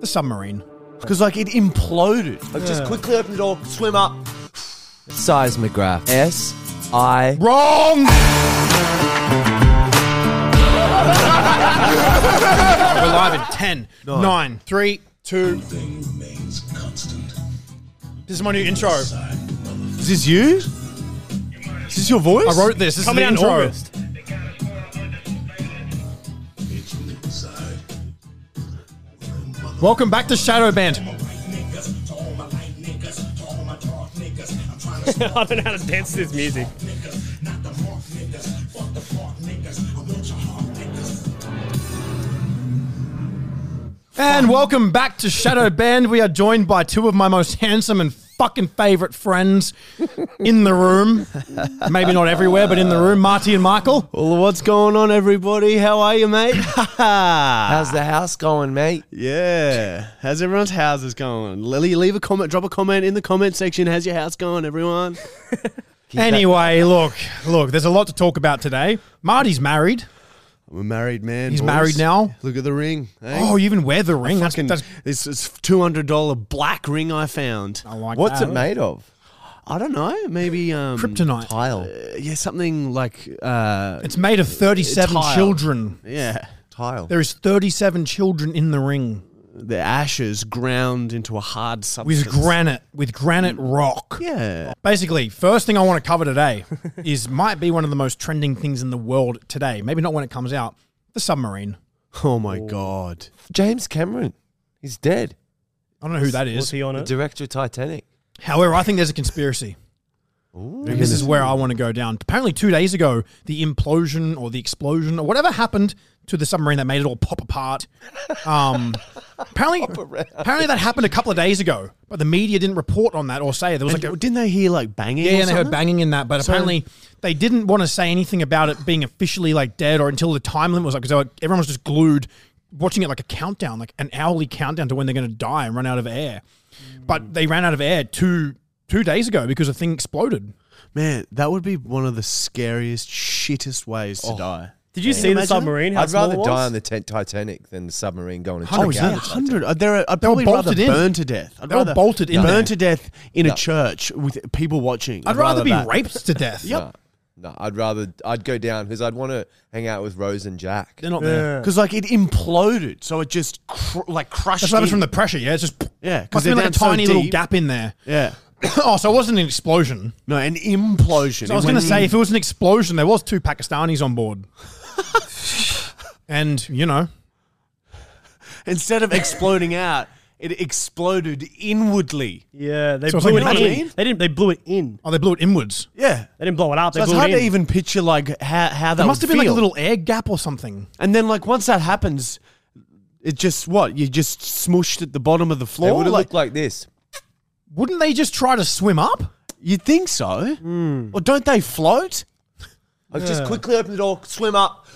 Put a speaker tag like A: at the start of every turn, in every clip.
A: The submarine. Because, like, it imploded.
B: Like just quickly open the door, swim up.
C: Seismograph. S I.
A: Wrong!
D: We're live in 10, 9, 3, 2.
E: Thing remains constant.
D: This is my new intro. I
A: Is this you? Is this your voice?
D: wrote this. This
A: Coming
D: is the
A: out in
D: intro.
A: August.
E: It's inside.
A: Welcome back to Shadow Band.
F: I don't know how to dance to this music.
A: And welcome back to Shadow Band. We are joined by two of my most handsome and fucking favorite friends in the room. Maybe not everywhere, but in the room, Marty and Michael.
B: Well, what's going on, everybody? How are you, mate?
C: How's the house going, mate?
B: yeah. How's everyone's houses going? Lily, leave a comment, drop a comment in the comment section. How's your house going, everyone?
A: Anyway, look, look, there's a lot to talk about today. Marty's married.
B: I'm a married man.
A: He's
B: boys.
A: married now?
B: Look at the ring. eh?
A: Oh, you even wear the ring. That's,
B: Fucking-
A: that's
B: this is two hundred dollar black ring I found.
A: I like
C: What's
A: that.
C: it made of?
B: I don't know. Maybe um,
A: Kryptonite.
C: Tile.
B: uh, yeah, something like uh,
A: It's made of 37
B: Tile.
A: children.
B: yeah,
C: Tile.
A: There is 37 children in the ring
B: the ashes ground into a hard substance.
A: with granite, with granite
F: Mm.
A: rock.
B: Yeah.
A: Basically, first thing I want to cover today is might be one of the most trending things in the world today. Maybe not when it comes out. The submarine.
B: Oh my god.
C: James Cameron. He's dead.
A: I don't know who that
F: Was
A: is.
F: he on
C: The
F: it?
C: director of Titanic.
A: However, I think there's a conspiracy. And this is where I want to go down. Apparently, two days ago, the implosion or the explosion or whatever happened to the submarine that made it all pop apart. Um, apparently, apparently that happened a couple of days ago, but the media didn't report on that or say there was
B: And
A: like a,
B: didn't they hear like banging?
A: Yeah,
B: or
A: yeah, they heard
B: something?
A: banging in that, but
B: So-
A: apparently they didn't want to say anything about it being officially like dead or until the time limit was up because everyone was just glued watching it like a countdown, like an hourly countdown to when they're going to die and run out of air. But they ran out of air two two days ago because the thing exploded.
B: Man, that would be one of the scariest, shittest ways
A: Oh.
B: to die.
F: Did you see the
B: Imagine that.
F: submarine? How
C: I'd rather
F: small it was?
C: die on the t- Titanic than the submarine going and
A: Oh,
C: check
A: is
C: out.
A: that-
C: the Titanic.
B: hundred. I'd, there- I'd
A: They were
B: probably rather
A: bolted in.
B: burn to death. I'd
A: They were
B: rather
A: bolted in
B: burn
A: there.
B: to death in
C: No.
B: a church with people watching.
A: I'd, rather, be
B: that.
A: raped to death.
C: No, no, I'd rather I'd go down because I'd want to hang out with Rose and Jack.
A: They're not there.
B: because like it imploded, so it just cr- like crushed.
A: That's what happens
B: in.
A: from the pressure, yeah? It's just.
B: Yeah,
A: Must
B: 'cause they're
A: have been like a
B: down so
A: tiny little
B: deep.
A: gap in there.
B: yeah.
A: oh, so it wasn't an explosion.
B: No, an implosion.
A: So I was going
B: It
A: to
B: went
A: say,
B: in-
A: if it was an explosion, there was two Pakistanis on board, and you know,
B: instead of exploding out, it exploded inwardly.
F: Yeah, they
A: So it's
F: blew
A: like
F: it
A: an
F: in.
B: alien?
F: They didn't. They blew it in.
A: oh, they blew it inwards.
B: Yeah.
F: They didn't blow it up.
B: So
F: they
B: it's
F: blew
B: hard
F: it in.
B: to even picture like how how that
A: There must
B: would
A: have been like a
B: feel.
A: little air gap or something.
B: And then like once that happens, it just what you just smushed at the bottom of the
C: They
B: floor.
C: would have
B: Like
C: looked like this.
A: Wouldn't they just try to swim up?
B: you'd think so,
C: Hmm.
B: or don't they float?
C: I'd just quick.
B: open the door, swim up.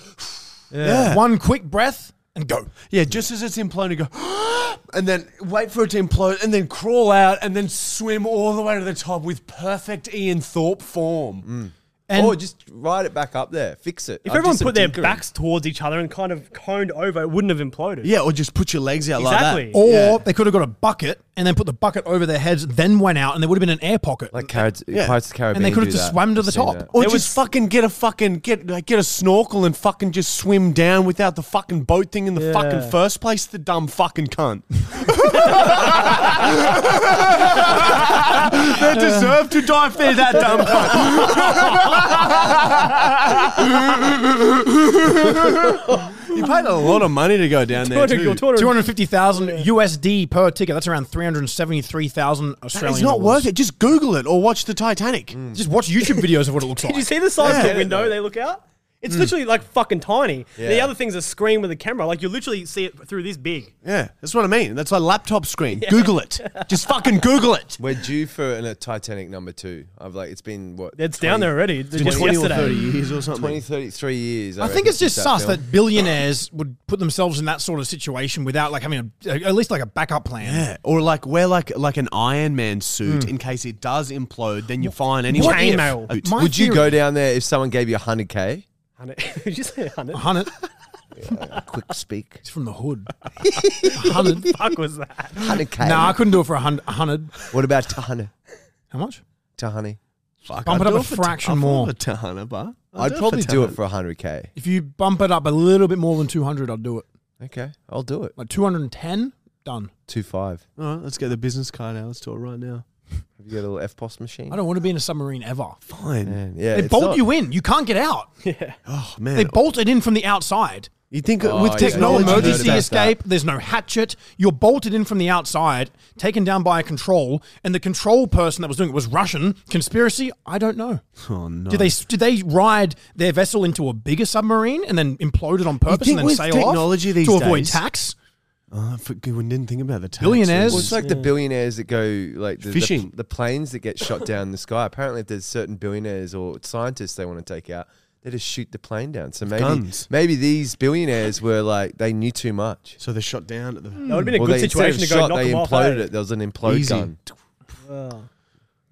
B: Yeah.
A: One quick breath and go.
B: Yeah, just as it's imploding, go, and then wait for it to implode, and then crawl out, and then swim all the way to the top with perfect Ian Thorpe
C: Hmm.
B: form.
A: And
C: or just ride it back up there. Fix it.
F: If
C: I'd
F: everyone
C: do some
F: put their
C: tinkering.
F: backs towards each other and kind of coned over, it wouldn't have imploded.
B: Yeah, or just put your legs out like
F: exactly.
B: that.
A: or they could have got a bucket and then put the bucket over their heads, then went out, and there would have been an air pocket.
C: like Carrots,
B: Yeah.
C: Pirates of the Caribbean.
A: And they could have
C: do
A: just
C: that.
A: swam to the
C: I've seen
A: top.
C: that.
B: Or
F: There
B: just
F: was-
B: fucking get a fucking get like, get a snorkel and fucking just swim down without the fucking boat thing in the fucking
F: Yeah.
B: first place. The dumb fucking cunt. they deserve to die if they're that dumb. Cunt. you paid a lot of money to go down there. Too.
F: You're talking-
A: 250,000 USD per ticket. That's around 373,000 Australian.
B: It's not
A: dollars.
B: worth it. Just Google it or watch the Titanic.
A: Just watch YouTube videos of what it looks
F: Did you
A: like.
F: see the size
B: Yeah. Mm.
F: of the window they look out? It's literally like fucking tiny. The
C: Yeah.
F: other thing's a screen with a camera. Like you literally see it through this big.
B: Yeah, that's what I mean. That's a laptop screen. Google it. Just fucking Google it.
C: We're due for an, a Titanic number two. I've like it's been what
F: It's down there already. It's just
B: or
F: yesterday.
B: thirty years or something.
C: 20, 33 years.
A: I think
C: reckon,
A: it's just
C: since
A: sus
C: film.
A: that billionaires would put themselves in that sort of situation without like having a, at least like a backup plan.
B: Yeah, or like wear like like an Iron Man suit in case it does implode. Then you're fine anyway.
A: Hmm. What if-
F: Chainmail.
B: Out.
A: My
C: Would you
A: theory-
C: go down there if someone gave you hundred k?
F: Hundred- Did you say 100?
A: Hundred.
C: Quick speak.
A: It's from the hood. Hundred.
F: fuck was that?
C: Hundred k.
A: Nah, I couldn't do it for a hundred. hundred.
C: What about Tahani?
A: How much?
C: Tahani.
B: Fuck,
A: Bump it up
B: I'd do
A: a
B: for
A: fraction
B: I'd do
A: more.
B: it for Tahana, but I'd,
C: I'd probably
B: for
C: do
B: Tahana.
C: it for hundred k.
A: If you bump it up a little bit more than two hundred, I'd do it.
C: Okay, I'll do it.
A: Like two hundred and ten. Done.
C: Two five.
B: All right, let's get the business card out. Let's do it right now.
C: Have you got a little F post machine?
A: I don't want to be in a submarine ever.
B: Fine.
C: Man, yeah,
A: They
C: it's
A: bolt
C: not-
A: you in. You can't get out.
B: Oh man,
A: They bolt it in from the outside.
B: you think
C: Oh,
B: with
C: yeah,
A: There's no
B: technology?
C: heard
A: emergency
C: about
A: escape. There's no hatchet. You're bolted in from the outside, taken down by a control, and the control person that was doing it was Russian. Conspiracy? I don't know.
B: Oh no.
A: Did they did they ride their vessel into a bigger submarine and then implode it on purpose
B: think
A: and then
B: with
A: sail
B: technology
A: off
B: these
A: to avoid
B: days-
A: tax?
B: Oh, I forgot- we didn't think about the tax.
A: Billionaires.
C: Well, it's like the billionaires that go like the, the-
B: Fishing.
C: The, planes that get shot down in the sky. Apparently, if there's certain billionaires or scientists they want to take out, they just shoot the plane down. So maybe
B: guns.
C: maybe these billionaires were like they knew too much.
B: So they're shot down at the.
F: That would have been a good
C: they, instead of
F: situation to go
C: shot,
F: knock
C: they
F: them
C: imploded
F: off. eh?
C: it. There was an implode
B: Easy.
C: gun.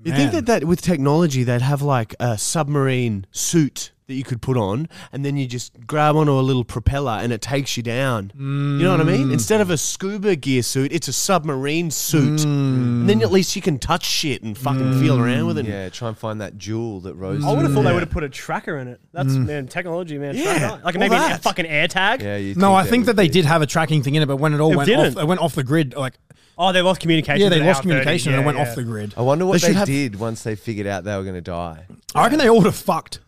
B: You
A: Man.
B: think that, that with technology they'd have like a submarine suit that you could put on, and then you just grab onto a little propeller and it takes you down. You know what I
A: Mm.
B: mean? Instead of a scuba gear suit, it's a submarine
A: Mm.
B: suit. And then at least you can touch shit and fucking feel around with it.
C: Yeah, try and find that jewel that rose.
F: I would have thought
B: Yeah.
F: they would have put a tracker in it. That's man, technology, man.
B: Mm. Yeah,
F: tracker. like
B: all
F: maybe a
B: that.
F: fucking air tag.
C: Yeah, you
A: No, I think that
C: would
A: they
C: be-
A: did have a tracking thing in it, but when it all
F: It
A: went
F: didn't.
A: off, it went off the grid. Like
F: Oh, they lost communication.
A: yeah, they
F: with
A: lost
F: Hour 30.
A: communication and
F: Yeah,
A: it went
F: yeah.
A: off the grid.
C: I wonder what they,
B: They should have-
C: did once they figured out they were going to die.
A: I reckon they all would have fucked.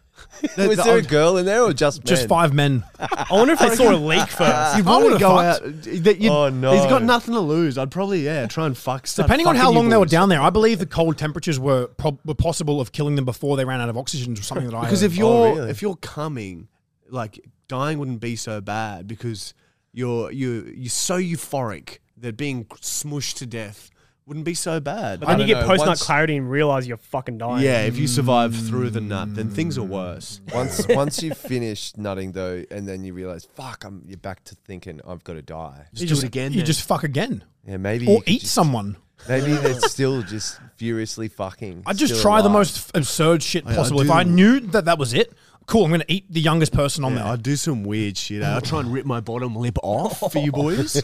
C: Was there a girl in there or just
A: Just
C: men?
A: five men.
F: I wonder if they saw a leak first.
B: You
A: I
B: want
A: would've
B: to go
A: fucked.
B: out? That you,
C: Oh, no.
B: He's got nothing to lose. I'd probably yeah try and fuck. start
A: Depending on
B: fucking
A: how
B: you
A: long they were
B: boys.
A: down there, I believe the cold temperatures were prob were possible of killing them before they ran out of oxygen or something that I
B: Because
A: heard.
B: if you're
C: really?
B: if you're coming, like dying wouldn't be so bad because you're you you're so euphoric that being smooshed to death wouldn't be so bad.
F: But then you
C: don't
F: get
C: know,
F: post nut
C: once-
F: clarity and realize you're fucking dying.
B: yeah, if you survive through the nut, then things are worse.
C: Once once you finish nutting though, and then you realize, fuck, I'm you're back to thinking I've got to die.
B: Just do it again.
A: you
B: then.
A: just fuck again
C: Yeah, maybe you
A: or
C: could
A: eat
C: just-
A: someone.
C: Maybe they're still just furiously fucking.
A: I'd just
C: still
A: try the
C: alive.
A: most f- absurd shit
B: I
A: possible. if I
B: do-
A: knew that that was it, cool. I'm going to eat the youngest person on
B: Yeah,
A: there.
B: I'd do some weird shit. I'd try and rip my bottom lip off for you boys.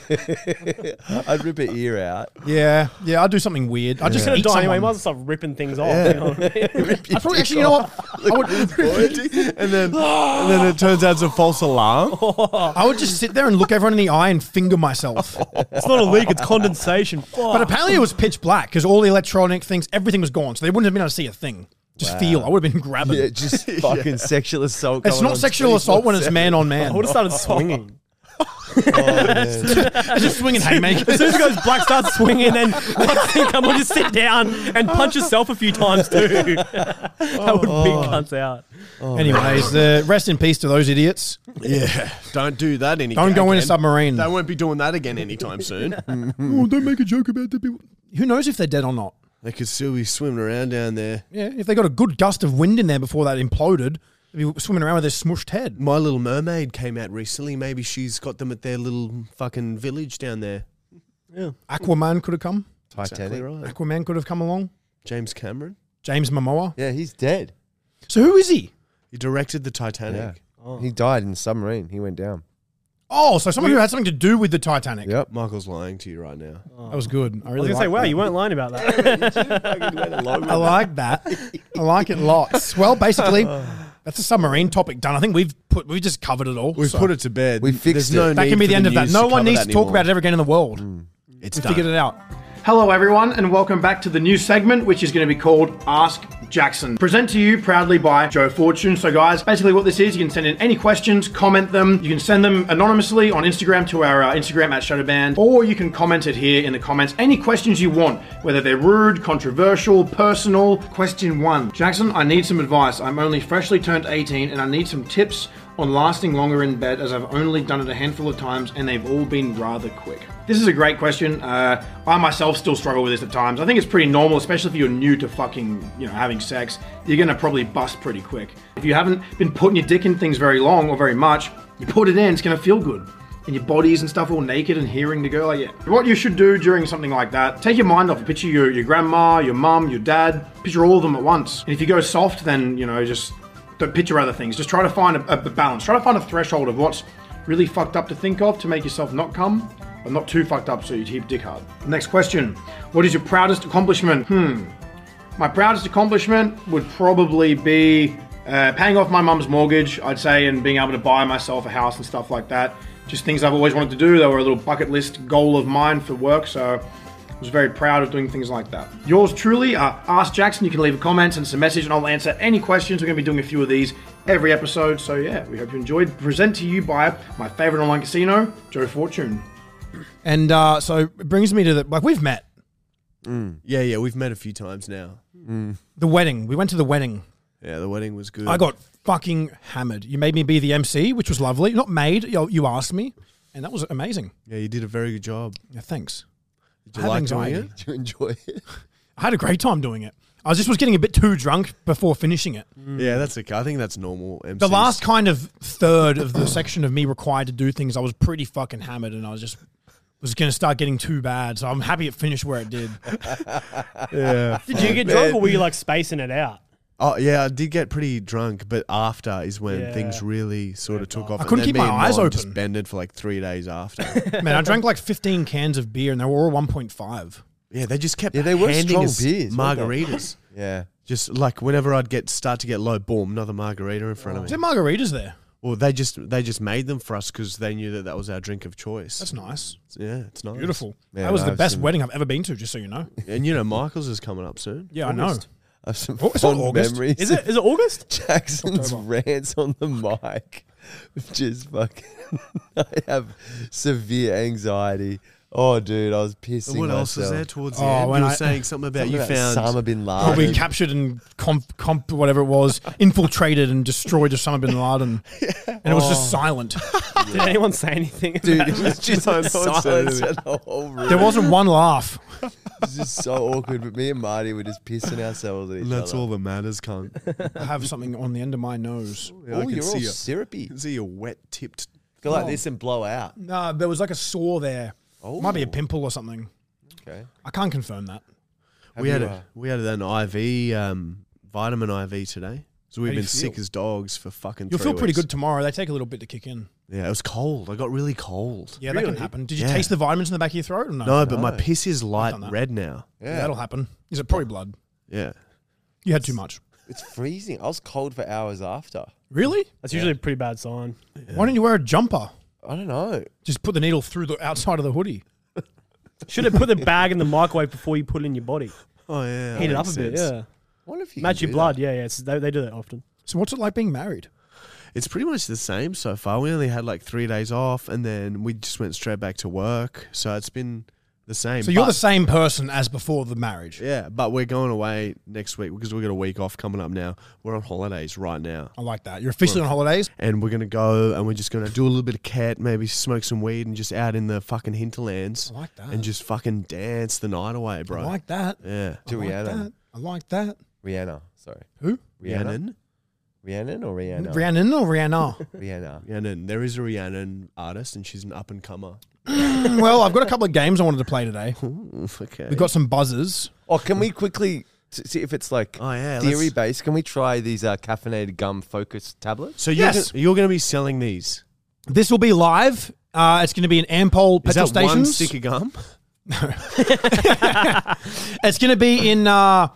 C: I'd rip an ear out.
A: Yeah, yeah. I'd do something weird. I'd just
F: Just gonna
A: eat
F: die anyway.
A: someone.
F: Might as well stop ripping things off. You know what I mean?
A: I'd probably actually, you know what? I would,
B: and then and then it turns out it's a false alarm.
A: I would just sit there and look everyone in the eye and finger myself.
F: it's not a leak. It's condensation.
A: But
F: Fuck.
A: apparently it was pitch black because all the electronic things, everything was gone, so they wouldn't have been able to see a thing. Just feel. I would have been grabbing.
C: Yeah, just fucking sexual assault.
A: It's
C: going
A: not
C: on
A: sexual assault when it's
C: 24/7.
A: man on man.
F: I would have started swinging.
A: It's just swinging haymakers.
F: As soon as it goes black, starts swinging, then I think I'm gonna just sit down and punch yourself a few times too. that would big
A: Oh.
F: cunts out.
A: Anyways, the rest in peace to those idiots.
B: Yeah, don't do that any.
A: Don't go in a
B: again.
A: submarine.
B: They won't be doing that again anytime soon.
A: Oh, don't make a joke about the people. Who knows if they're dead or not?
B: They could still be swimming around down there.
A: Yeah, if they got a good gust of wind in there before that imploded, they'd be swimming around with their smushed head.
B: My Little Mermaid came out recently. Maybe she's got them at their little fucking village down there.
A: Aquaman could have come.
C: Titanic.
B: right.
A: Aquaman could have come along.
B: James Cameron.
A: James Momoa.
C: Yeah, he's dead.
A: So who is he?
B: He directed the Titanic.
C: Yeah. He died in the submarine. He went down.
A: Oh, so someone who had something to do with the Titanic.
C: Yep.
B: Michael's lying to you right now.
A: That was good. I
F: I was
A: really
F: gonna say,
A: like
F: wow,
A: that.
F: you weren't lying about that.
A: I like that. I like it lots. Well, basically, that's a submarine topic done. I think we've put we've just covered it all.
B: We've
A: so
B: put it to bed.
C: We fixed
B: There's
C: it.
B: No
A: That
B: need
A: can be
B: for
A: the end of that.
B: news
A: No one
B: cover
A: needs
B: that
A: to talk
B: anymore.
A: about it ever again in the world.
B: It's
A: We
B: done.
A: figured it out.
G: Hello, everyone, and welcome back to the new segment, which is going to be called Ask Jackson. Present to you proudly by Joe Fortune. So, guys, basically what this is, you can send in any questions, comment them. You can send them anonymously on Instagram to our uh, Instagram at Shadowband, or you can comment it here in the comments. Any questions you want, whether they're rude, controversial, personal. Question one Jackson, I need some advice. I'm only freshly turned 18 and I need some tips
A: on lasting longer in bed as I've only done it a handful of times and they've all been rather quick? This is a great question. Uh, I myself still struggle with this at times. I think it's pretty normal, especially if you're new to fucking, you know, having sex. You're gonna probably bust pretty quick. If you haven't been putting your dick in things very long or very much, you put it in, it's gonna feel good and your bodies and stuff all naked and hearing the girl. Like, yeah. What you should do during something like that, take your mind off. it. Picture your, your grandma, your mum, your dad. Picture all of them at once. And if you go soft, then, you know, just don't picture other things. Just try to find a, a balance. Try to find a threshold of what's really fucked up to think of to make yourself not come, but not too fucked up so you keep dick hard. Next question. What is your proudest accomplishment? Hmm. My proudest accomplishment would probably be uh, paying off my mum's mortgage, I'd say, and being able to buy myself a house and stuff like that. Just things I've always wanted to do. They were a little bucket list goal of mine for work, so I was very proud of doing things like that. Yours truly, uh, Ask Jackson. You can leave a comment, send us a message, and I'll answer any questions. We're going to be doing a few of these every episode, so yeah, we hope you enjoyed. Present to you by my favorite online casino, Joe Fortune.
H: And uh, so it brings me to the like we've met
B: Yeah, yeah, we've met a few times now.
H: the wedding. We went to the wedding.
B: Yeah, the wedding was good.
H: I got fucking hammered. You made me be the MC, which was lovely. Not made. You, you asked me, and that was amazing.
B: Yeah, you did a very good job.
H: Yeah, thanks.
B: Did you
H: Have
B: like doing
H: anxiety.
B: it?
C: Did you enjoy it?
H: I had a great time doing it. I just was getting a bit too drunk before finishing it.
B: Yeah,
A: Mm.
B: that's okay. I think that's normal. MCs.
H: The last kind of third of the section of me required to do things, I was pretty fucking hammered, and I was just was going to start getting too bad. So I'm happy it finished where it did.
F: Did you get drunk or were you like spacing it out?
B: Oh yeah, I did get pretty drunk, but after is when things really sort of took off. I
H: couldn't keep my eyes
B: Just
H: open.
B: bended for like three days after.
H: Man, I drank like 15 cans of beer, and they were all 1.5.
B: yeah, they just kept
C: Yeah, they were
B: handing
C: strong
B: us
C: beers, weren't they?
B: margaritas.
C: Yeah.
B: just like whenever I'd get start to get low, boom, another margarita in front of
H: Is there
B: me.
H: margaritas there?
B: Well, they just they just made them for us because they knew that that was our drink of choice.
H: That's nice.
B: yeah, it's nice,
H: Beautiful.
C: Yeah,
H: that was the
C: I've
H: best
C: seen-
H: wedding I've ever been to, just so you know.
B: And you know, Michael's is coming up soon.
H: Yeah,
C: I have some
H: Oh, it's not
C: fond
H: August.
C: memories.
F: Is it? Is it August?
C: Jackson's rants on the mic, which is fucking. I have severe anxiety. Oh, dude, I was pissing
B: And what else was
C: myself.
B: there towards the
H: Oh,
B: end?
H: when
B: You were
H: I-
B: saying something about
C: Something
B: you
C: about
B: found
C: Osama bin
H: I know.
C: Laden.
H: Or Oh, we captured and comp, comp, whatever it was, infiltrated and destroyed Osama bin Laden. And it was just silent.
F: Did anyone say anything?
C: dude,
F: about
C: it was just
B: No, no one said
C: silence in the whole room.
H: There wasn't one laugh.
C: It was just so awkward. But me and Marty were just pissing ourselves at each
B: And that's
C: other.
B: all that matters, cunt.
H: I have something on the end of my nose.
C: Oh,
B: can
C: you're all
B: see you.
C: syrupy.
B: You can see a wet tipped.
C: Go like this and blow out.
H: Nah, there was like a sore there.
C: Oh.
H: Might be a pimple or something.
C: Okay.
H: I can't confirm that.
B: We had
C: you, uh,
B: a, we had an IV um, vitamin IV today, so we've
H: do you
B: been sick
H: feel?
B: as dogs for fucking.
H: You'll
B: three
H: feel pretty
B: weeks.
H: good tomorrow. They take a little bit to kick in.
B: Yeah, it was cold. I got really cold.
H: Yeah, that can happen. Did you
B: Yeah.
H: taste the vitamins in the back of your throat or no?
B: No, but my piss is light
H: done that.
B: red now.
H: Yeah,
C: Yeah,
H: that'll happen. Is it probably blood?
B: Yeah.
H: You had too much.
C: it's freezing. I was cold for hours after.
H: Really?
F: That's usually a pretty bad sign.
H: Why didn't you wear a jumper?
C: I don't know.
H: Just put the needle through the outside of the hoodie.
F: Should have put the bag in the microwave before you put it in your body.
B: Oh yeah.
F: Heat it
B: that
F: up a
B: makes
F: bit.
B: sense.
F: Yeah.
C: I wonder if you can
F: Match your
C: do
F: blood. Yeah, yeah. It's, they, they do that often.
H: So what's it like being married?
B: It's pretty much the same so far. We only had like three days off, and then we just went straight back to work. So it's been the same.
H: So you're
B: but-
H: the same person as before the marriage.
B: Yeah, but we're going away next week because we got a week off coming up now. We're on holidays right now.
H: I like that. You're officially on holidays.
B: And we're going to go and we're just going to do a little bit of cat, maybe smoke some weed and just out in the fucking hinterlands.
H: I like that.
B: And just fucking dance the night away, bro.
H: I like that.
B: yeah.
C: To
H: I like
C: Rihanna.
H: that. I like that.
C: Rihanna. Sorry.
H: Who?
C: Rihanna.
B: Rhiannon.
C: Rhiannon or Rihanna?
H: Rhiannon or Rihanna?
C: Rihanna.
B: Rhiannon. There is a Rhiannon artist and she's an up and comer.
H: well, I've got a couple of games I wanted to play today.
B: Okay.
H: We've got some buzzers.
C: Oh, can we quickly s- see if it's like
B: Oh, yeah, let's-
C: theory based? Can we try these uh, caffeinated gum focus tablets?
B: so you're,
H: Yes.
B: gonna, you're going to be selling these.
H: This will be live. Uh, it's going to be in Ampol
B: Is
H: petrol
B: that one
H: stations.
B: stick of gum?
H: It's going to be in. Uh,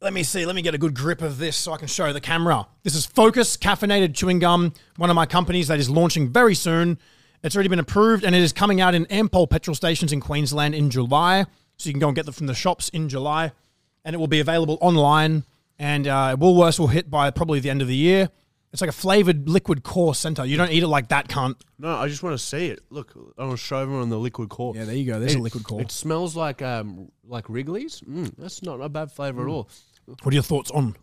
H: let me see. Let me get a good grip of this so I can show the camera. This is Focus Caffeinated Chewing Gum, one of my companies that is launching very soon. It's already been approved and it is coming out in Ampol petrol stations in Queensland in July. So you can go and get them from the shops in July. And it will be available online. And uh, Woolworths will hit by probably the end of the year. It's like a flavored liquid core center. You don't eat it like that, cunt.
B: No, I just want to see it. Look, I want to show everyone the liquid core.
H: Yeah, there you go. There's a liquid core.
B: It smells like um like Wrigley's. Mm, that's not a bad flavor at all.
H: What are your thoughts on?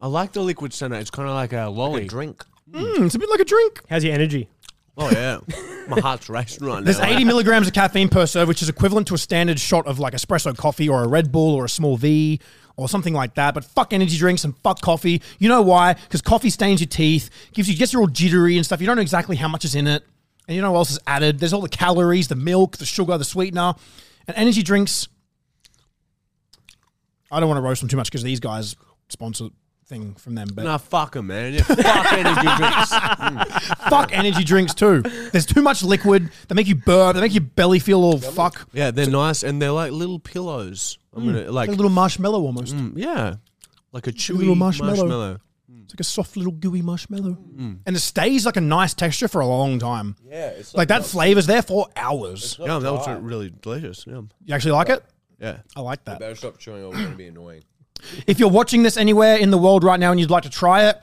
B: I like the liquid center. It's kind of like a lolly.
C: Drink.
H: Mm, it's a bit like a drink.
F: How's your energy?
B: Oh yeah, my heart's racing right
H: There's
B: now.
H: 80 milligrams of caffeine per serve, which is equivalent to a standard shot of like espresso coffee or a Red Bull or a small V or something like that. But fuck energy drinks and fuck coffee. You know why? Because coffee stains your teeth, gives you gets you all jittery and stuff. You don't know exactly how much is in it, and you know what else is added. There's all the calories, the milk, the sugar, the sweetener, and energy drinks. I don't want to roast them too much because these guys sponsor thing from them, but
B: Nah, Ah, fuck 'em, man. Yeah, fuck energy drinks.
H: fuck energy drinks too. There's too much liquid. They make you burp. They make your belly feel all fuck.
B: Yeah, they're nice and they're like little pillows. I'm gonna like
H: Like a little marshmallow almost.
B: yeah, like a chewy
H: little marshmallow.
B: Mm, marshmallow. Mm.
H: It's like a soft little gooey marshmallow. And it stays like a nice texture for a long time. Yeah. It's like, that flavor's there for hours.
B: Yeah, that was really delicious. Yeah,
H: You actually like it?
B: yeah.
H: I like that.
C: Better stop chewing or it's going to be annoying.
H: If you're watching this anywhere in the world right now and you'd like to try it,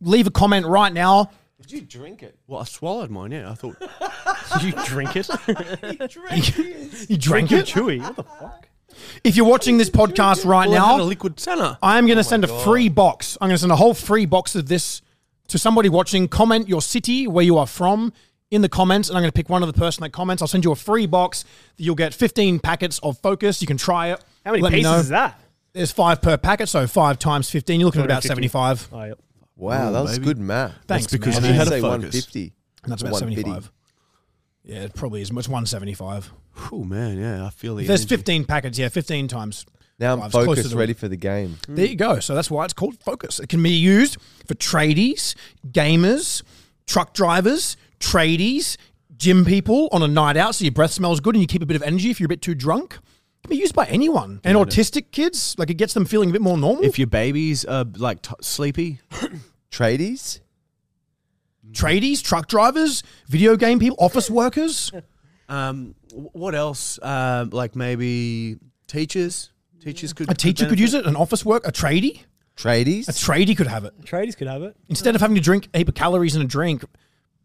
H: leave a comment right now.
C: Did you drink it?
B: Well, I swallowed mine. Yeah, I thought.
F: Did you drink it?
H: You drank
F: You're
H: it?
F: chewy. What the fuck?
H: If you're watching this podcast right
B: Well, I had a
H: now,
B: liquid center.
H: I'm
F: Oh
H: going to send a free box. I'm going to send a whole free box of this to somebody watching. Comment your city where you are from in the comments, and I'm going to pick one of the person that comments. I'll send you a free box. You'll get 15 packets of Focus. You can try it.
F: How many
H: Let me
F: pieces
H: know.
F: is that?
H: There's five per packet, so five times 15. You're looking at about
F: 250.
H: 75.
F: Oh, yep.
C: Wow, that was good math.
H: Thanks,
B: because
H: man.
B: you had a
C: say
B: focus.
C: 150.
H: And that's about
C: 150.
H: 75. Yeah, it probably is. It's 175.
B: Oh man, yeah, I feel the.
H: There's
B: energy.
H: 15 packets. Yeah, 15 times.
C: Now
H: five.
C: I'm
H: It's closer
C: focused,
H: to-
C: ready for the game.
H: Mm. There you go. So that's why it's called Focus. It can be used for tradies, gamers, truck drivers, tradies, gym people on a night out so your breath smells good and you keep a bit of energy if you're a bit too drunk. It can be used by anyone. And autistic kids, like it gets them feeling a bit more normal.
B: If your babies are like t- sleepy,
C: Tradies?
H: tradies, truck drivers, video game people, office workers.
B: um, wh- what else? Um, like maybe teachers. Teachers could.
H: A teacher could use it, an office work, a tradie.
C: Tradies?
H: A tradie could have it.
F: Tradies could have it.
H: Instead of having to drink a heap of calories in a drink,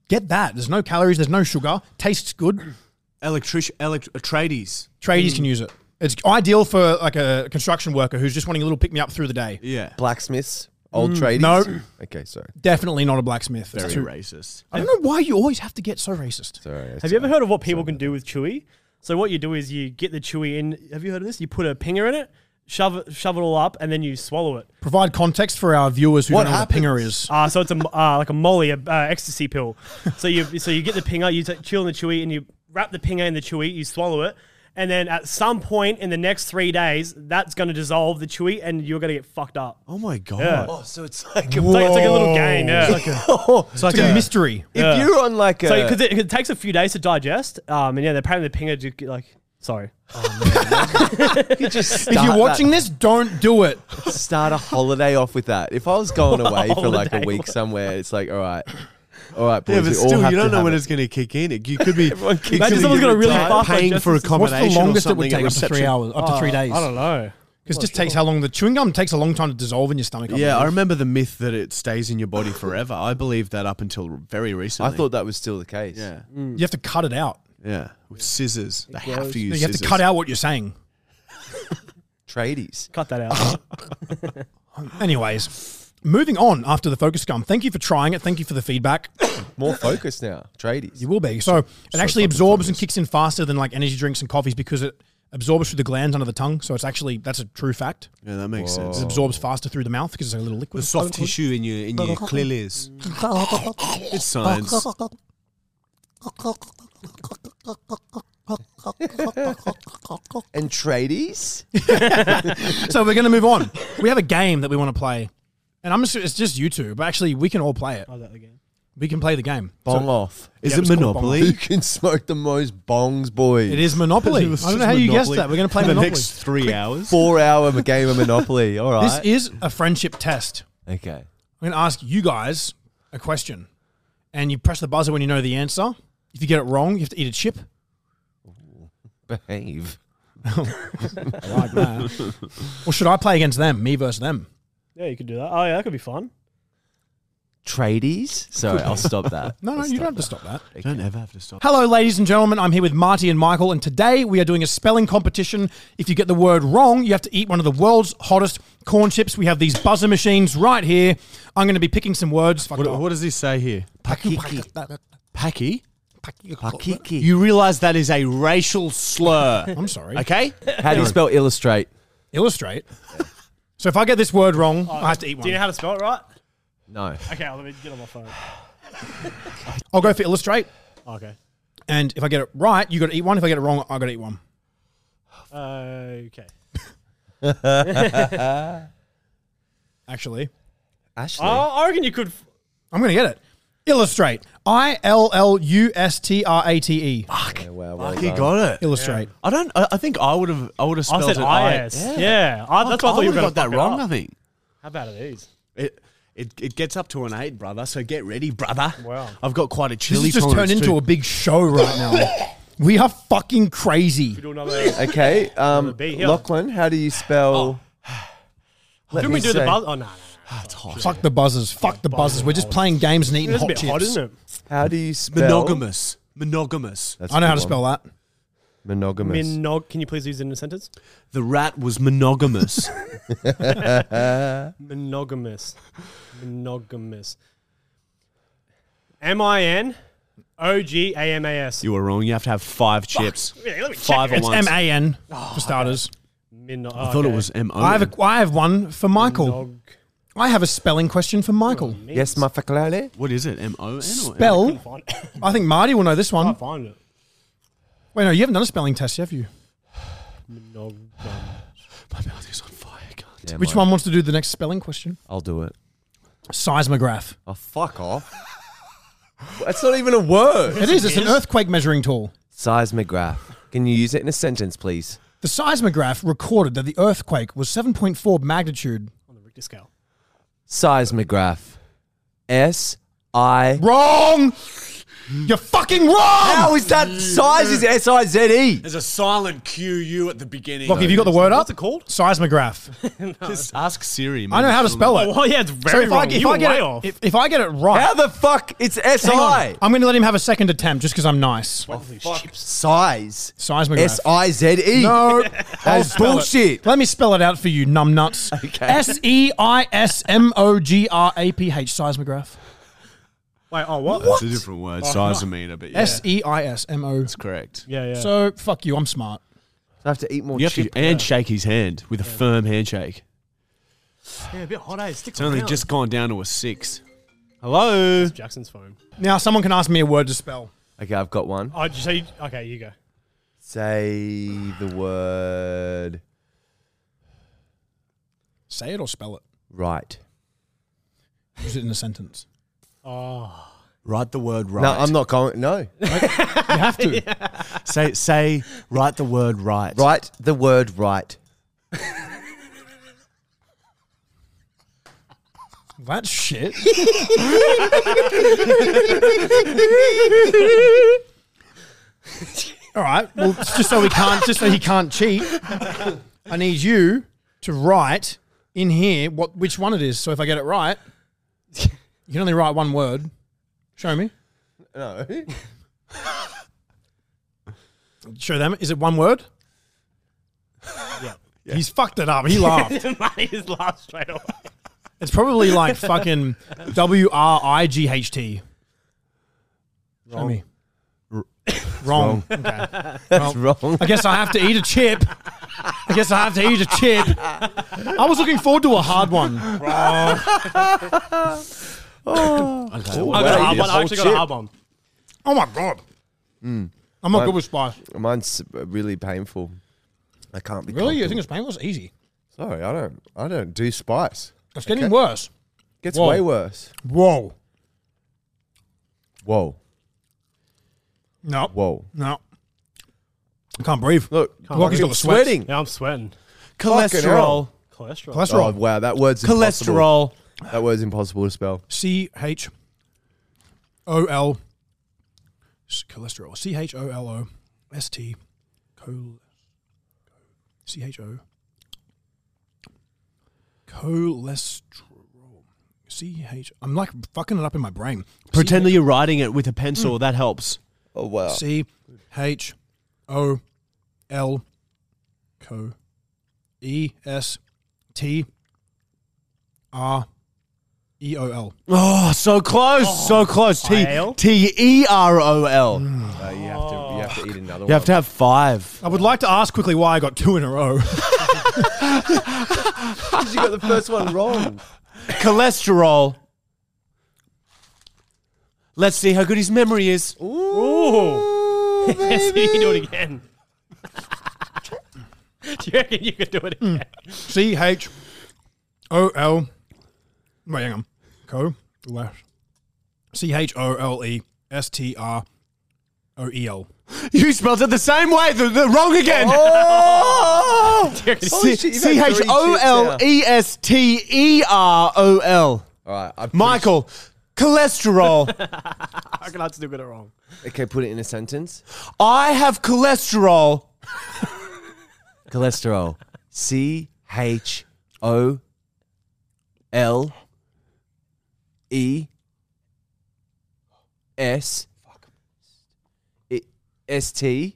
H: get that. There's no calories, there's no sugar, tastes good.
B: Electric, elect- uh, tradies.
H: Tradies can use it. It's ideal for like a construction worker who's just wanting a little pick me up through the day.
B: Yeah,
C: Blacksmiths? Old tradies?
H: no.
C: Okay, sorry.
H: Definitely not a blacksmith. That's
B: very
H: too-
B: racist.
H: I don't know why you always have to get so racist.
C: Sorry.
F: Have you ever heard of what people can do with chewy? So what you do is you get the chewy in. Have you heard of this? You put a pinger in it, shove it, shove it all up, and then you swallow it.
H: Provide context for our viewers who
C: What
H: don't know what a pinger
C: happens?
H: is.
F: Uh, so it's a m- uh, like a molly, a uh, ecstasy pill. So you so you get the pinger, you t- chew on the chewy, and you wrap the pinger in the chewy, you swallow it, and then at some point in the next three days, that's going to dissolve the chewy, and you're going to get fucked up.
B: Oh my god.
F: Yeah.
C: Oh, so it's like a.
F: It's like, it's like a little game, yeah.
H: It's like a mystery.
C: Oh, if you're on like a.
F: so because it, 'cause it takes a few days to digest, um, and yeah, apparently the pinger just get like sorry,
C: just
H: If you're
C: start
H: watching this, don't do it.
C: that- start a holiday off with that. If I was going away for like a
F: Holiday.
C: week somewhere, it's like, all right. All right, boys,
B: Yeah, but
C: we all
B: still,
C: have
B: you
C: to
B: don't know
C: have
B: when
C: it.
B: it's going to kick in. It, you could be.
F: in. Imagine someone's got a really fast
B: paying
F: digestive
B: for
F: system.
H: What's the
B: accommodation or
H: longest it
B: something
H: would
B: at
H: take? Up to three
B: reception. Ah,
H: hours, up to three days.
F: I don't know.
H: Because it just takes how long the chewing gum takes a long time to dissolve in your stomach. I
B: Yeah, I
H: believe.
B: remember the myth that it stays in your body forever. I believed that up until very
C: I
B: recently.
C: thought that was still the case.
B: Yeah,
H: you have to cut it out.
B: yeah. With scissors, they have to
H: You
B: use.
H: have to
B: scissors.
H: cut out what you're saying.
C: Tradies.
F: Cut that out.
H: Anyways, moving on after the focus gum. Thank you for trying it. Thank you for the feedback.
C: More focused now. Tradies.
H: You will be. So it actually absorbs and kicks in faster than like energy drinks and coffees because it absorbs through the glands under the tongue. So it's actually that's a true fact.
B: Yeah, that makes sense.
H: It absorbs faster through the mouth because it's like a little liquid.
B: Oh. The soft tissue in your in your clearlies. It's science.
C: And tradies?
H: so we're going to move on. We have a game that we want to play, and I'm just, it's just you two, but actually we can all play it.
F: Oh, that again.
H: We can play the game. So
C: Bong off.
B: Is
H: Yeah,
B: it
H: it's called
C: Who
B: Monopoly?
C: can smoke the most bongs, boy?
H: it is Monopoly. I
B: It was
H: don't know
B: just
H: how you guessed
B: Monopoly
H: that. We're going to play
B: for the
H: Monopoly.
B: next three hours.
C: Four hour game of Monopoly. All
H: This
C: right.
H: is a friendship test.
C: okay.
H: I'm going to ask you guys a question, and you press the buzzer when you know the answer. If you get it wrong, you have to eat a chip.
C: Behave.
H: like that. or should I play against them? Me versus them?
F: Yeah, you could do that. Oh yeah, that could be fun.
C: tradies. So I'll stop that.
H: No, no, you don't have to stop that.
B: Don't ever have to stop.
H: Hello, ladies and gentlemen. I'm here with Marty and Michael, and today we are doing a spelling competition. If you get the word wrong, you have to eat one of the world's hottest corn chips. We have these buzzer machines right here. I'm going to be picking some words. Fuck
B: What,
H: off.
B: what does this say here?
C: Pakiki.
B: Paki?
C: Pakiki.
B: You realize that is a racial slur.
H: I'm sorry.
B: Okay?
C: How do you spell illustrate?
H: Illustrate. So if I get this word wrong, I have to eat one.
F: Do you know how to spell it right?
C: No.
F: Okay, let me get on my phone.
H: I'll go for illustrate,
F: Okay.
H: and if I get it right, you got to eat one. If I get it wrong, I got to eat one.
F: Okay.
H: Actually,
C: Ashley.
F: I, I reckon you could. f-
H: I'm going to get it. Illustrate. I L L U S T R A T E.
C: Yeah, well, well
B: He
C: done.
B: got it.
H: Illustrate.
B: I don't. I, I think I would have. I would have
F: I
B: spelled
F: said
B: it.
F: IS. Yeah.
B: I,
F: I, that's what I thought you
B: would
F: were
B: have got that
F: gonna fuck it
B: wrong.
F: up.
B: I think
F: How bad it is.
B: it. It, it gets up to an eight, brother. So get ready, brother.
F: Wow.
B: I've got quite a chili.
H: This has just turned into a big show right now. we are fucking crazy.
F: Do another.
C: Okay. Um,
F: B here.
C: Lachlan, how do you spell? Let
F: Didn't we
C: me
F: do the
C: say.
F: buzz? Oh no. no.
H: Fuck the buzzers. Fuck the buzzers. We're just playing games and eating
F: It's a
H: hot
F: bit
H: chips.
F: hot, isn't it?
C: How do you spell?
B: monogamous. Monogamous.
C: That's
H: I know
C: a
H: how to
C: good one.
H: spell that.
C: Monogamous.
F: Minog. Can you please use it in a sentence?
B: The rat was monogamous.
F: Monogamous. Monogamous. M I N O G A M A S.
B: you were wrong. You have to have five chips.
F: Yeah, let me check
B: Five
F: it.
B: at
H: It's
B: once.
H: M A N
F: Oh,
H: for starters.
F: Min-
B: I thought it was M O.
H: I have a, I have one for Michael. I have a spelling question for
F: Oh,
H: Michael.
C: yes, my faculty.
B: What is it? M O N or
H: Spell.
F: Find, Oh,
H: I think Marty will know this one.
F: can't find it.
H: Wait, no, you haven't done a spelling test, have you?
F: Minog.
B: My mouth is on fire. Cunt.
C: Yeah,
H: Which
C: mine.
H: one wants to do the next spelling question?
C: I'll do it.
H: Seismograph.
C: Oh, fuck off. That's not even a word.
H: It is. It's an earthquake measuring tool.
C: Seismograph. Can you use it in a sentence, please?
H: The seismograph recorded that the earthquake was 7.4 magnitude.
F: On the Richter scale.
C: Seismograph. S I.
H: Wrong! You're fucking wrong!
C: How is that size? Is S I Z E?
B: There's a silent Q U at the beginning.
H: Look, have you got the word up?
F: What's it called?
H: Seismograph.
B: Just ask Siri.
H: I know how to spell it.
F: Oh, Well, yeah, it's
H: So
F: very
H: if I,
F: wrong.
H: if
F: you
H: I
F: were
H: get
F: way
H: it,
F: off.
H: If, if I get it right,
C: How the fuck? It's S
H: hang on.
C: I.
H: I'm going to let him have a second attempt just because I'm nice.
C: Size.
H: Seismograph.
C: S I Z E.
H: no, I'll
C: That's
H: spell it.
C: bullshit.
H: Let me spell it out for you, numbnuts.
C: Okay.
H: S E I S M O G R A P H. Seismograph.
F: Wait, oh, what?
B: It's a different word. Seismometer, but yeah.
H: S E I S M O.
B: It's correct.
F: Yeah, yeah.
H: So fuck you. I'm smart.
C: I have to eat more
B: You have to
C: chip.
B: and shake his hand with a firm handshake.
F: yeah, a bit hot, eh? Stick
B: It's only just gone down to a six. Hello.
F: Jackson's phone.
H: Now someone can ask me a word to spell.
C: Okay, I've got one.
F: Oh, so you, okay, you go.
C: Say the word
H: Say it or spell it.
C: right.
H: Use it in a sentence.
B: Write the word right.
C: No, I'm not going. No.
H: You have to.
B: Say say write the word right.
C: Write the word right.
H: That's shit. All right. Well, it's just so we can't, just so he can't cheat, I need you to write in here what which one it is. So if I get it right, you can only write one word. Show me.
C: No.
H: Show them. Is it one word? Yeah. He's fucked it up. He laughed.
F: Money is last straight away.
H: It's probably like fucking W R I G H T. Show me. Wrong.
C: That's wrong.
H: I guess I have to eat a chip. I guess I have to eat a chip. I was looking forward to a hard one.
F: I got a
C: Wow,
F: hard
C: you
F: one.
C: whole
F: I actually got a
C: chip.
F: hard one.
H: Oh my god. I'm not good with spice.
C: Mine's really painful. I can't be.
H: Really? You think
C: comfortable.
H: it's painful? It's easy.
C: Sorry, I don't. I don't do spice.
H: It's getting worse.
C: Gets
H: Whoa.
C: way worse.
H: Whoa.
C: Whoa,
H: No.
C: whoa!
H: No. I can't breathe.
C: Look,
H: Walker's got
C: I'm
H: the sweats.
C: sweating.
F: Yeah, I'm sweating.
B: Cholesterol.
C: hell.
F: Cholesterol.
C: Oh
H: Cholesterol.
C: wow, that word's impossible.
B: Cholesterol.
C: That word's impossible to spell.
H: C H O L. S- Cholesterol. C H O L O S T. Col. C H O. Cholesterol. C H. I'm like fucking it up in my brain.
B: Pretend that you're writing it with a pencil. That helps.
C: Oh wow.
H: C H O L co E S T R E O L.
B: Oh, so close, so close. T
F: Fail.
B: T E R O L. You
C: Uh, you have to you have to eat another
B: have
C: one.
B: to have Mm. five.
H: I would like to ask quickly why I got two in a row.
C: you got the first one wrong.
B: Cholesterol. Let's see how good his memory is.
F: Ooh. Yes, you can do it again. do you reckon you could do it again?
H: C H O L. Wait, hang on. Co. C H O L E S T R O E L.
B: You spelled it the same way. The, the wrong again.
C: Oh! Holy shit, you've had
B: C H
C: three
B: O L
C: chips now.
B: E S T E R O L.
C: All right, I'm pretty
B: Michael, cholesterol.
F: I reckon I'd still get it wrong.
C: sure- Okay, put it in a sentence.
B: I have cholesterol.
C: Cholesterol. C H O L E S E- S T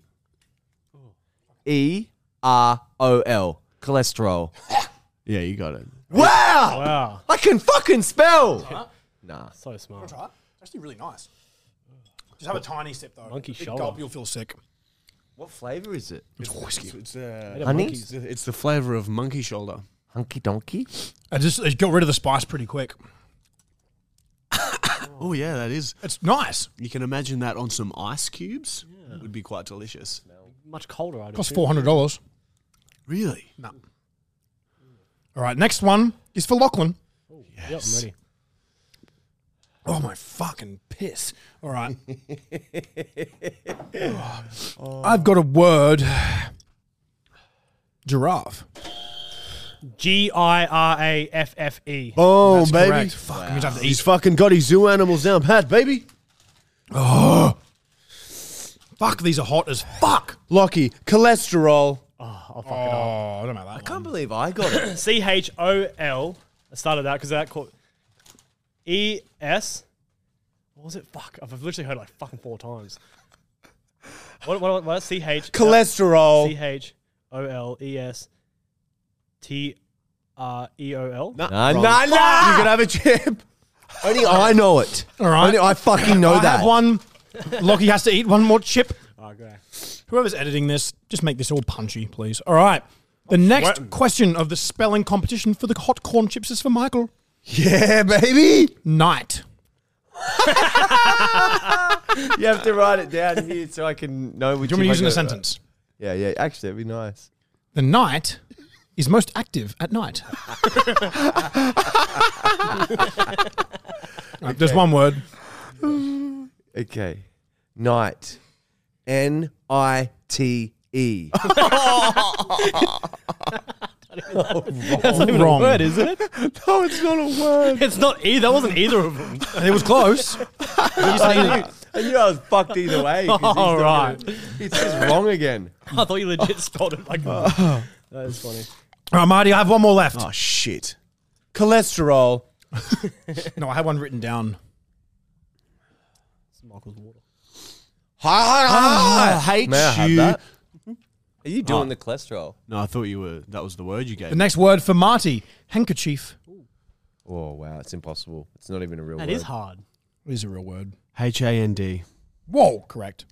C: E R O L. Cholesterol.
B: Yeah, you got it.
C: Wow!
F: Wow.
C: I can fucking spell! Nah.
F: So smart.
H: Right? Actually, really nice. Just have a tiny sip though.
F: Monkey
H: Big
F: shoulder.
H: gulp, you'll feel sick.
C: What flavor is it?
H: It's whiskey.
B: It's, uh,
C: Honey?
B: it's the flavor of monkey shoulder.
C: Hunky donkey?
H: I just it got rid of the spice pretty quick.
B: Oh yeah, that is.
H: It's nice.
B: You can imagine that on some ice cubes. Would be quite delicious.
F: Much colder, I'd
H: Cost
F: assume.
H: four hundred dollars.
B: Really?
H: All right, next one is for Lachlan.
F: Yep, I'm ready.
H: Oh my fucking piss! All right, Oh. I've got a word. Giraffe.
F: G I R A F F E.
B: Oh,
H: That's
B: baby.
H: correct. Fuck, it means I have to
B: He's
H: eat.
B: fucking got his zoo animals down pat, baby.
H: Fuck, these are hot as fuck.
B: Lockie, cholesterol.
H: Oh, I don't know that.
C: I can't believe I got it.
F: C H O L. I started that because that called E S. What was it? Fuck. I've I've literally heard it like fucking four times. What? What? What? C H.
B: Cholesterol.
F: C H O L E S T R E O L.
C: Nah, nah, nah!
B: You can have a chip.
C: Ah! Only I know it.
H: All right.
C: Only I fucking know
H: I
C: that.
H: have one. Lockie has to eat one more chip.
F: Oh, okay.
H: Whoever's editing this, just make this all punchy, please. All right. The next question of the spelling competition for the hot corn chips is for Michael.
C: Yeah, baby!
H: Night.
C: You have to write it down here so I can know which
H: Do you
C: if I uh,
H: want me to use it in a
C: got it right.
H: sentence?
C: Yeah, yeah. Actually, that'd be nice.
H: The night is most active at night. All right, There's one word.
C: Okay. Night. N I T E.
F: That's not even
H: wrong.
F: a word, is it?
C: No, it's not a word.
F: It's not either. That wasn't either of them.
H: It was close.
C: I knew, I knew I was fucked either way. 'cause he's not
F: All right.
C: gonna- It's just wrong again.
F: I thought you legit spelled it like that is funny.
H: All right, Marty, I have one more left.
B: Oh shit. Cholesterol.
H: No, I had one written down.
F: It's Michael's water.
B: Ah, H
C: May I have
B: U-
C: that? Ah. Are you doing the cholesterol?
B: No, I thought you were. That was the word you
H: The
B: gave.
H: next word for Marty, handkerchief.
C: Oh, wow. It's impossible. It's not even a real
F: That
C: word.
F: is hard.
H: It is a real word.
B: H A N D
H: Whoa, correct.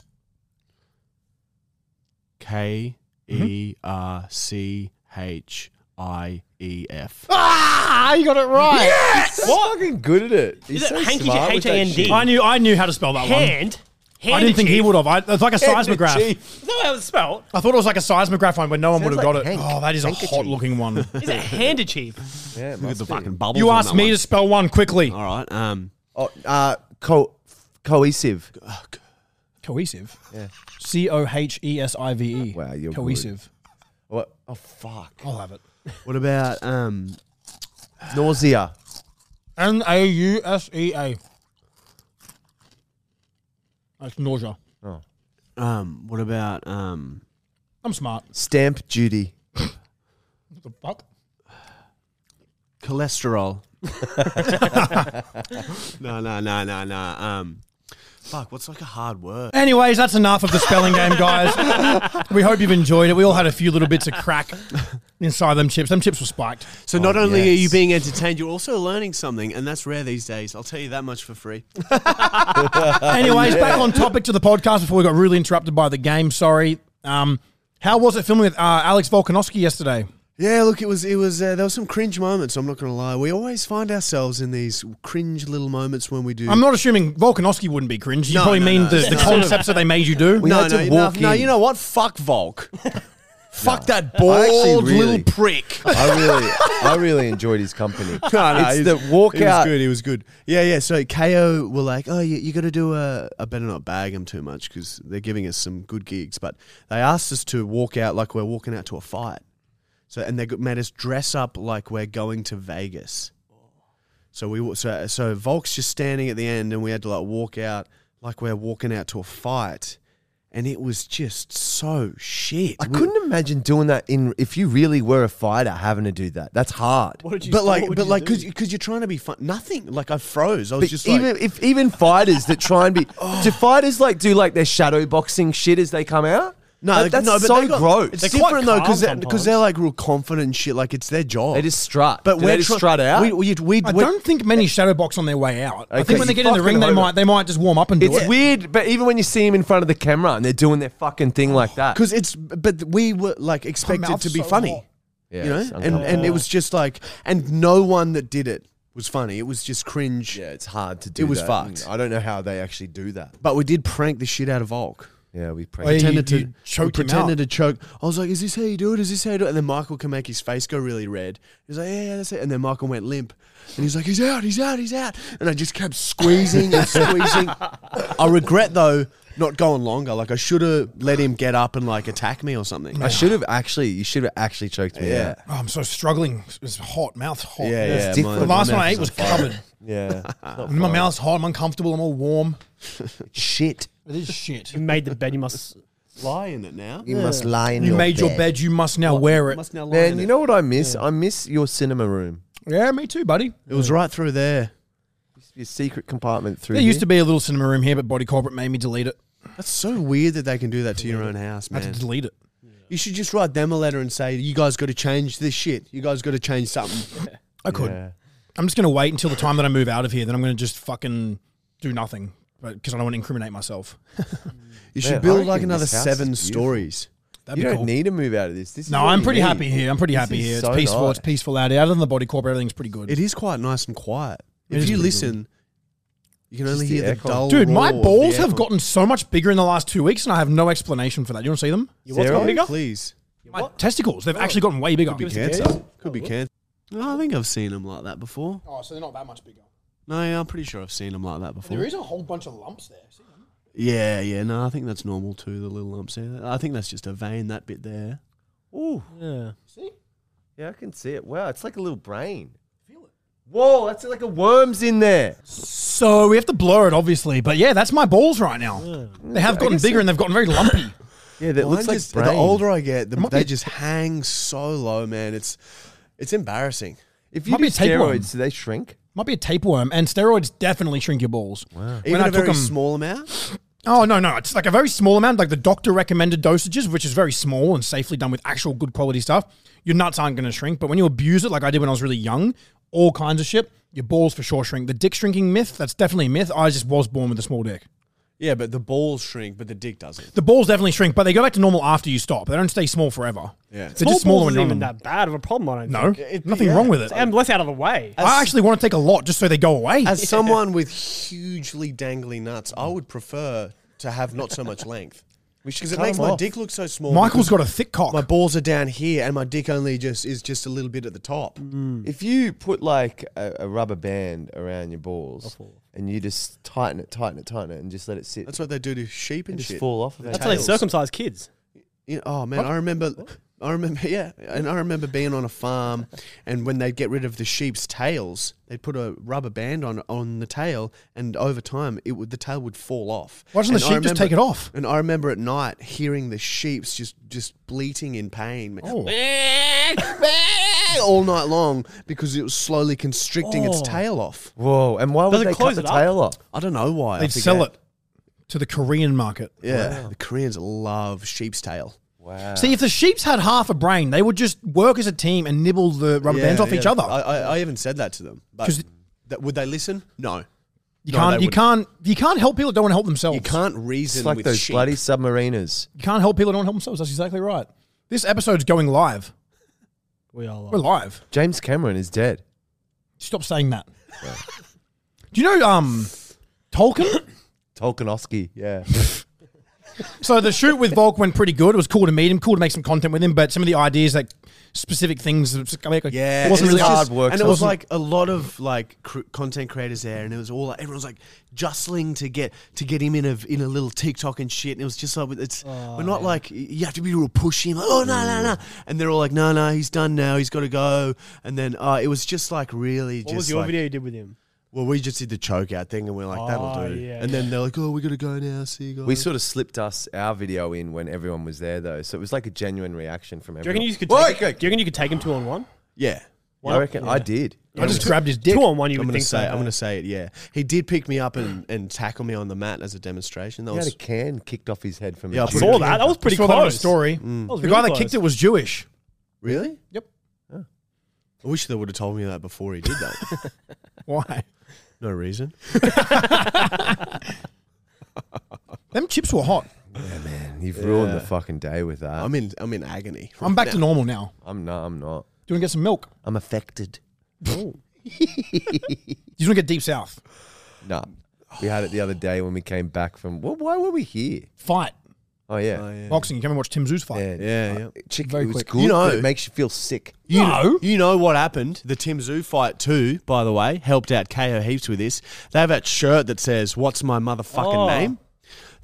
B: K E R C H I E F.
H: Ah, you got it right.
C: He's fucking good at it. He's
F: it
C: so
F: hanky-
C: smart with that
F: H-A-N-D?
C: shit.
H: I knew I knew how to spell that one.
F: Hand. Hand.
H: I didn't think he would have. I, it's like a seismograph.
C: Handkerchief.
F: Is that how it's spelled?
H: I thought it was like a seismograph one where no one would
C: Sounds
H: have got
C: like
H: it.
C: Hank.
H: Oh, that is a
C: Handkerchief.
H: hot looking one.
F: Is it hand achieve?
C: Yeah, it
B: Look at
C: must
B: the
C: be.
B: fucking bubbles.
H: you
B: on
H: asked
B: that
H: me
B: one.
H: to spell one quickly.
B: All right. Um.
C: Oh, uh, co- cohesive.
H: Cohesive. Yeah. C O H E S I V E.
C: Wow, you're
H: cohesive.
C: What? Oh, fuck.
H: I'll have it.
B: What about um?
C: Nausea.
H: N A U S E A. That's nausea.
C: Oh.
B: Um. What about um?
H: I'm smart.
C: Stamp duty.
H: What the fuck?
B: Cholesterol. No, no, no, no, no. Um, fuck. What's like a hard word?
H: Anyways, that's enough of the spelling game, guys. we hope you've enjoyed it. We all had a few little bits of crack inside them chips. Them chips were spiked.
B: So not only are you
C: yes.
B: being entertained, you're also learning something, and that's rare these days. I'll tell you that much for free.
C: Uh,
H: Anyways, back on topic to the podcast before we got really interrupted by the game. Sorry. Um, how was it filming with uh, Alex Volkanovski yesterday?
B: Yeah, look, it was it was uh, there were some cringe moments. I'm not going to lie. We always find ourselves in these cringe little moments when we do.
H: I'm not assuming Volkanovski wouldn't be cringe. You
B: No,
H: probably
B: no,
H: mean
B: no.
H: the, the concepts that they made you do.
C: We
B: no,
C: had to
B: no,
C: walk
B: no, no,
C: in.
B: you know what? Fuck Volk. Fuck that
C: I actually
B: bald little
C: really-
B: prick.
C: I really, I really enjoyed his company.
B: No, no,
C: it's
B: he's-
C: the
B: It was
C: walkout.
B: good. It was good. Yeah, yeah. So KO were like, oh, you, you got to do a. I better not bag them too much because they're giving us some good gigs. But they asked us to walk out like we're walking out to a fight. So and they got- made us dress up like we're going to Vegas. So we wa- so so Volk's just standing at the end, and we had to like walk out like we're walking out to a fight, and it was just so shit.
C: I
B: We-
C: couldn't imagine doing that in if you really were a fighter having to do that. That's hard.
F: What did you?
B: But like,
F: what would
B: but
F: you
B: like,
F: do?
B: because because you're trying to be fun. Nothing. Like I froze. I was
C: But
B: just like, Oh.
C: even if even fighters that try and be do fighters like do like their shadow boxing shit as they come out?
B: No,
C: That-
B: they-
C: that's
B: no, but
C: so
B: they got-
C: gross.
B: It's
C: They,
F: quite
B: different though
F: calm
B: because they're,
F: sometimes.
B: because they're like real confident and shit. Like it's their job.
C: just strut.
B: but
C: Do
B: we're
C: they just
B: try-
C: strut out.
B: We, we, we,
H: I
B: we-
H: don't think many shadow box on their way out. I
C: Okay,
H: think when they
C: you
H: get in the
C: fucking
H: ring, they
C: hope
H: might
C: it.
H: they might just warm up and do
C: it's
H: it.
C: weird, but even when you see him in front of the camera and they're doing their fucking thing like that,
B: because it's but we were like expected
H: mouth's
B: to be
H: so
B: funny,
H: hot.
C: yeah,
B: you know,
C: it's
B: and and it was just like and no one that did it was funny. It was just cringe.
C: Yeah, it's hard to do.
B: was
C: that.
B: fucked.
C: I don't know how they actually do that.
B: But we did prank the shit out of Volk.
C: Yeah, we
H: Oh, yeah,
C: pray.
H: you-
B: Pretended
H: you
B: to
H: choked
B: we
H: him out.
B: pretended to choke. I was like, "Is this how you do it? Is this how you do it?" And then Michael can make his face go really red. He's like, "Yeah, yeah, that's it." And then Michael went limp, and he's like, "He's out, he's out, he's out." And I just kept squeezing and squeezing. I regret though not going longer. Like I should have let him get up and like attack me or something.
C: I should have actually. You should have actually choked me
B: Yeah.
C: out.
H: Oh, I'm so struggling. It's hot. Mouth's hot.
B: Yeah, yeah.
C: It's
H: The
C: different.
H: last
B: my
H: one I
B: mouth
H: ate was
B: is
H: covered.
C: Yeah,
H: My mouth's hot. I'm uncomfortable. I'm all warm.
C: shit.
H: It is shit.
F: You made the bed. You must.
B: lie in it now.
C: You must lie in
H: You
C: your
H: made
C: bed.
H: your bed. You must now wear it.
B: Must now lie in
C: Man, you
B: it.
C: know what I miss? I miss your cinema room.
H: Yeah, me too, buddy.
B: it was right through there.
C: Your secret compartment through.
H: There used to be a little cinema room here, but Body Corporate made me delete it.
B: That's so weird that they can do that to your own house,
H: I had
B: man.
H: to delete it.
B: You should just write them a letter and say, "You guys got to change this shit. You guys got to change something."
H: I could. I'm just going to wait until the time that I move out of here. Then I'm going to just fucking do nothing because I don't want to incriminate myself.
B: You
C: Man,
B: should
C: I
B: build
C: reckon
B: like another
C: this house is
B: seven
C: beautiful.
B: stories.
H: That'd
C: You
H: be
C: don't
H: cool.
C: need to move out of this. This is
H: no,
C: what
H: I'm
C: you
H: pretty
C: need.
H: happy here. I'm pretty happy
C: is
H: here. It's
C: so
H: peaceful. It's
C: nice.
H: peaceful out here. Other than the Body Corporate, everything's pretty good.
B: It is quite nice and quiet.
H: It
B: if
H: is
B: you
H: pretty
B: listen, you can only
C: the
B: hear the
C: aircon.
B: dull.
H: Dude, my
B: roar of
H: balls
B: the
H: have
B: aircon.
H: gotten so much bigger in the last two weeks, and I have no explanation for that. You want to see them?
C: Zero?
B: Please,
H: My testicles. They've actually gotten way bigger.
B: cancer could be cancer. No, I think I've seen them like that before.
H: Oh, so they're not that much bigger.
B: No, yeah, I'm pretty sure I've seen them like that before.
H: is a whole bunch of lumps there.
B: Yeah, yeah, no, I think that's normal too. The little lumps there. I think that's just a vein that bit there.
C: Ooh,
F: Yeah.
C: yeah, I can see it. Wow, it's like a little brain. Whoa, that's like a worm's in there.
H: So we have to blur it, obviously. But yeah, that's my balls right now. They have gotten bigger and they've gotten very lumpy.
C: Yeah, that
B: Mine
C: looks like
B: just-
C: brain.
B: the older I get, the,
H: might
B: they
H: be-
B: just hang so low, man. It's it's embarrassing.
C: if you
H: might
C: do
H: be a tapeworm.
C: steroids, do they shrink?
H: Might be a tapeworm, and steroids definitely shrink your balls. Wow.
B: Even a very
H: 'em-
B: small amount.
H: oh no, no, it's like a very small amount, like the doctor recommended dosages, which is very small and safely done with actual good quality stuff. Your nuts aren't going to shrink, but when you abuse it, like I did when I was really young, all kinds of shit, your balls for sure shrink. The dick shrinking myth, that's definitely a myth. I just was born with a small dick.
B: Yeah, but the balls shrink, but the dick doesn't.
H: The balls definitely shrink, but they go back to normal after you stop. They don't stay small forever.
B: Yeah.
H: they're just smaller when
F: isn't
H: you're on
F: even
H: them.
F: that bad of a problem. I don't
H: No,
F: think.
H: nothing wrong with it.
F: And less out of the way.
H: I actually want to take a lot just so they go away.
B: As someone with hugely dangly nuts, I would prefer to have not so much length. Because it
C: cut
B: makes
C: 'em
B: my
C: off.
B: dick look so small.
H: Michael's
B: because
H: got a thick cock.
B: my balls are down here, and my dick only just is just a little bit at the top.
H: Hmm.
C: If you put like a, a rubber band around your balls and you just tighten it, tighten it, tighten it, and just let it sit,
B: That's what they do to sheep
C: and
B: and
C: just
B: shit.
C: fall off. Of
F: That's how they
C: tails.
F: circumcise kids.
B: You know- oh man, I remember, I remember, yeah, and I remember being on a farm, and when they'd get rid of the sheep's tails, they'd put a rubber band on on the tail, and over time, it would the tail would fall off.
H: Why doesn't the
B: And I
H: sheep just take it off?
B: And I remember at night hearing the sheep's just just bleating in pain.
H: Oh.
B: "Hey," all night long because it was slowly constricting its tail off.
C: Whoa! And why would
F: Does it
C: they cut
F: close
C: the
F: it up?
C: tail off?
B: I don't know why. I
H: They'd
B: forget.
H: sell it to the Korean market.
B: Yeah, the Koreans love sheep's tail.
C: Wow!
H: See, if the sheeps had half a brain, they would just work as a team and nibble the rubber
B: Yeah,
H: bands off
B: yeah.
H: each other.
B: I, I, I even said that to them.
H: 'Cause-
B: But that, would they listen? No.
H: you
B: no,
H: can't.
B: they
H: You can't. You can't help people that don't want to help themselves.
B: You can't reason
C: it's like
B: with
C: those
B: sheep.
C: bloody submariners.
H: You can't help people that don't help themselves. That's exactly right. This episode's going live.
F: We are
H: We're
F: live.
H: live.
C: James Cameron is dead.
H: Stop saying that. Do you know um, Tolkien?
C: Tolkienovsky. Yeah.
H: So the shoot with Volk went pretty good. It was cool to meet him, cool to make some content with him, but some of the ideas, like specific things, that was- like,
B: Yeah,
H: it wasn't
B: and
H: really
B: it was
C: hard
H: just-
C: work,
B: and it was
H: wasn't-
B: like a lot of like cr- content creators there, and it was all like, everyone was like jostling to get to get him in a in a little TikTok and shit. And it was just like it's we're not like you have to be real pushy. Like, oh no no no, and they're all like no no he's done now he's got to go. And then uh, it was just like really
F: What
B: just
F: was your
B: like-
F: video you did with him?
B: Well, we just did the choke out thing, and we're like that'll
F: Oh,
B: do.
F: yeah,
B: and then they're like oh we gotta go now. See you guys.
C: we sort of slipped us our video in when everyone was there though, so it was like a genuine reaction from
F: Do you
C: everyone.
F: reckon you could?
C: Oi,
F: Take, do you reckon you could take him two on one?
B: yeah.
C: I reckon I did.
H: I just grabbed his dick.
F: Two on one, you
B: I'm
F: would
B: gonna
F: think
B: say
F: so.
B: I'm gonna say it. Yeah, he did pick me up and, and tackle me on the mat as a demonstration. That
C: He
B: was
C: had a can kicked off his head from
B: Yeah,
C: a
B: I
C: Jew.
B: saw
F: saw that. That was pretty
H: Saw
F: close.
H: that on the story.
B: Mm.
F: That was
H: The
F: really
H: guy that
F: close.
H: kicked it was Jewish.
B: Really?
H: Yep.
B: I wish they would have told me that before he did that.
H: Why?
B: no reason.
H: Them chips were hot.
C: Man, you've ruined the fucking day with that.
B: I'm in. I'm in agony.
H: I'm back to normal now.
C: I'm not. I'm not.
H: Do you want to get some milk?
C: I'm affected.
H: Do you want to get deep south?
C: Nah. We had it the other day when we came back from. Well, why were we here?
H: Fight.
C: Oh yeah.
H: Boxing. You came and watched Tim Zoo's fight.
C: Yeah,
B: Yeah, yeah.
C: Chick,
H: Very
C: it was
H: quick.
C: good,
B: You know-
C: but it makes you feel sick.
B: You
H: No.
B: you know what happened? The Tim Zoo fight too. By the way, helped out KO heaps with this. They have that shirt that says "What's my motherfucking
F: Oh.
B: name?"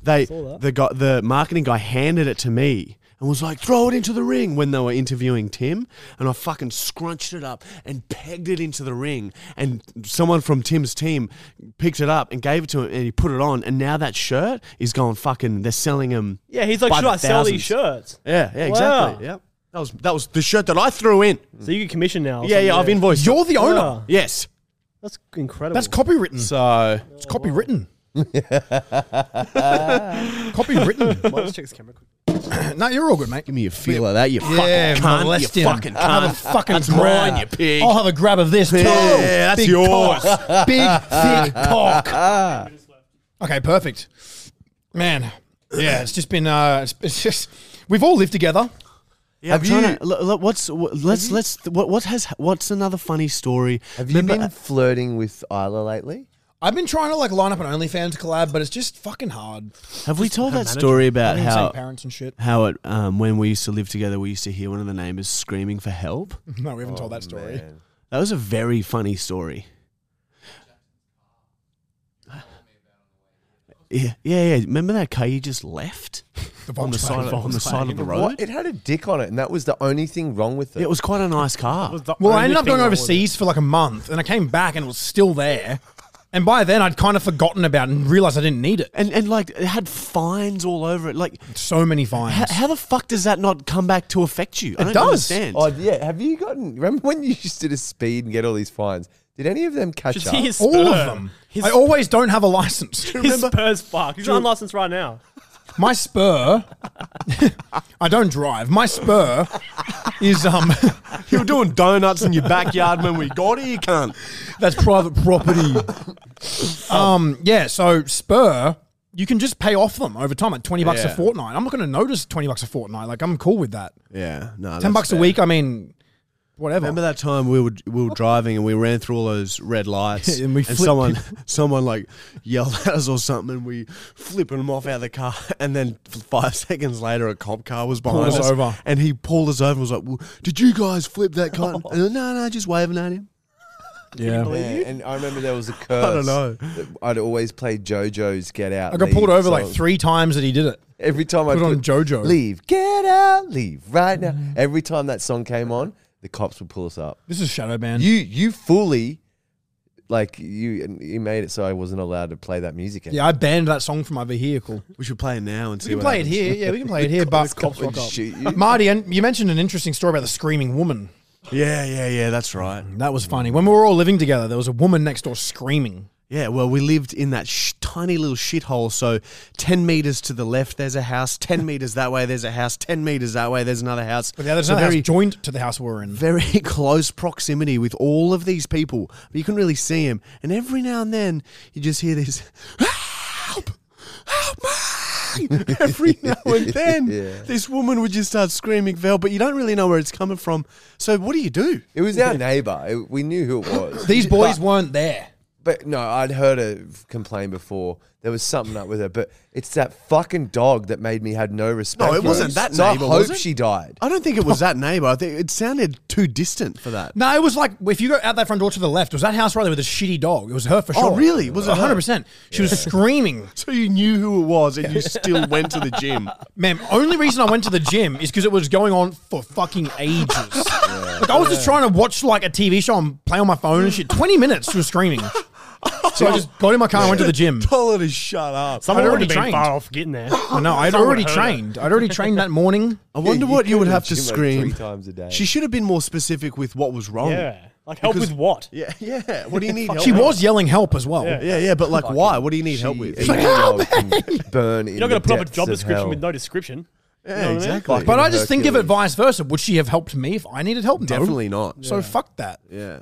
B: They the guy, the marketing guy handed it to me and was like, "Throw it into the ring." When they were interviewing Tim, and I fucking scrunched it up and pegged it into the ring, and someone from Tim's team picked it up and gave it to him, and he put it on, and now that shirt is going fucking. They're selling him.
F: Yeah, he's like,
B: by
F: should
B: the
F: I sell these
B: thousands."
F: shirts?
B: Yeah, yeah, exactly.
F: Wow.
B: Yeah. That was that was the shirt that I threw in.
F: So you get commission now. or
B: Yeah, yeah, I've
F: something,
B: invoiced.
H: You're the owner.
F: Yeah.
B: Yes.
F: That's incredible.
H: That's copywritten.
B: So
H: it's copywritten. copywritten.
F: Let's check this camera quick.
H: no, you're all good, mate.
B: give me a feel of that, you
H: Yeah,
B: fucking cunt.
H: molest
B: You
H: him.
B: fucking
H: I'll have
B: cunt.
H: a fucking
B: That's
H: grab.
B: mine, you pig.
H: I'll have a grab of this too.
B: Yeah, that's
H: Big
B: yours.
H: cock. Big thick cock. Okay, perfect. Man, yeah, it's just been. Uh, it's, it's just we've all lived together.
B: Yeah, I'm
C: Have
B: trying
C: you-
B: to, l- l- what's wh- let's let's what what has what's another funny story?
C: Have you been flirting with Isla lately?
H: I've been trying to like line up an OnlyFans collab, but it's just fucking hard.
B: uh, have we told that story about
H: Having the same
B: how
H: parents and shit.
B: how it um, when we used to live together, we used to hear one of the neighbors screaming for help.
H: No, we haven't
B: Oh,
H: told that story.
B: That was a very funny story. Yeah, yeah, yeah. Remember that car you just left
H: The
B: on the side of,
H: Volkswagen.
B: on the side of the road?
C: What? It had a dick on it, and that was the only thing wrong with it.
B: It was quite a nice car.
H: Well, I ended up going overseas for like a month, and I came back and it was still there. And by then, I'd kind of forgotten about it and realized I didn't need it.
B: and and like it had fines all over it. Like,
H: So many fines.
B: h- how the fuck does that not come back to affect you? I
H: It
B: don't
H: does.
B: understand.
C: oh yeah. Have you gotten? Remember when you used to just speed and get all these fines? Did any of them catch
F: Just
C: up?
F: his
H: All
F: spur.
H: of them.
F: His,
H: I always don't have a license.
F: his spur's fucked. He's unlicensed right now.
H: My spur. I don't drive. My spur is um.
B: you were doing donuts in your backyard when we got here, cunt.
H: that's private property. um. Yeah. So spur. You can just pay off them over time at twenty bucks
B: Yeah.
H: a fortnight. I'm not going to notice twenty bucks a fortnight. Like I'm cool with that.
B: Yeah, no.
H: Ten bucks a week. I mean, whatever.
B: Remember that time we were we were driving and we ran through all those red lights
H: And we flipped
B: someone someone like yelled at us or something and we flipping them off out of the car and then five seconds later a cop car was behind
H: Pulled us over.
B: and he pulled us over and was like, well, "Did you guys flip that car?" And I was, no, no, just waving at him.
H: yeah.
C: Yeah, and I remember there was a curse.
B: don't know.
C: that I'd always play JoJo's Get Out.
H: I got
C: Leave
H: pulled over like
C: song.
H: three times that he did it.
C: Every time I
H: Put it on JoJo. Mm.
C: Leave, get out, leave right now. Every time that song came on, the cops would pull us up.
H: This is Shadow Band.
C: You you fully like you you made it so I wasn't allowed to play that music.
H: yeah, I banned that song from my vehicle.
B: We should play it now and see.
H: We can
B: what
H: play
B: happens.
H: it here. Yeah, we can play it here. But cops rock
C: would shoot you.
H: up. Marty, and you mentioned an interesting story about the screaming woman. Mm,
B: Yeah, yeah, yeah. That's right.
H: That was funny. When we were all living together, there was a woman next door screaming.
B: Yeah, well, we lived in that sh- tiny little shithole. So, 10 meters to the left, there's a house. 10 meters that way, there's a house. 10 meters that way, there's another house.
H: But the other
B: So
H: another
B: very,
H: house joined to the house we were in.
B: very close proximity with all of these people. But you couldn't really see them. And every now and then, you just hear this help, help me. Every now and then,
C: Yeah.
B: this woman would just start screaming, Val, but you don't really know where it's coming from. So, what do you do?
C: It was our neighbor. It- we knew who it was.
H: These boys weren't there.
C: But no, I'd heard her complain before. There was something up with her, but it's that fucking dog that made me had no respect.
B: No, it
C: for
B: wasn't
C: her.
B: that
C: So
B: neighbor,
C: I
B: was
C: hope
B: it? Oh,
C: she died.
B: I don't think it was
C: Oh.
B: that neighbor. I think it sounded too distant for that.
H: No, it was like if you go out that front door to the left, it was that house right there with a shitty dog. It was her for
B: Oh,
H: sure.
B: really? Was it her?
H: 100%. She was screaming.
B: So you knew who it was and you still went to the gym.
H: Man, only reason I went to the gym is because it was going on for fucking ages. Like I was just trying to watch like a TV show and play on my phone and shit. Twenty minutes she was screaming. So I just got in my car and went to the gym.
B: Told her to shut up.
F: Someone
H: I'd
F: would
H: already
F: have been
H: trained.
F: far off getting there.
H: I know I'd
F: Someone
H: already
F: heard it.
H: trained. I'd already trained that morning.
B: I wonder
C: you
B: what you
C: go
B: would
C: to the
B: have to
C: gym, like,
B: scream.
C: three times a day.
B: She should have been more specific with what was wrong.
F: Yeah. Like help
B: Because-
F: with what?
B: Yeah, yeah. What do you need help
H: She
B: with?
H: was yelling help as well.
F: Yeah.
B: Yeah, yeah, but like why? What do you need help
C: She-
B: with?
C: a dog can burn.
F: You're not going to put up a job description with no description.
B: yeah, exactly.
C: Fucking
H: But I just think of it
C: Hercules.
H: vice versa. Would she have helped me if I needed help? No.
B: Definitely not.
H: So fuck that.
B: Yeah.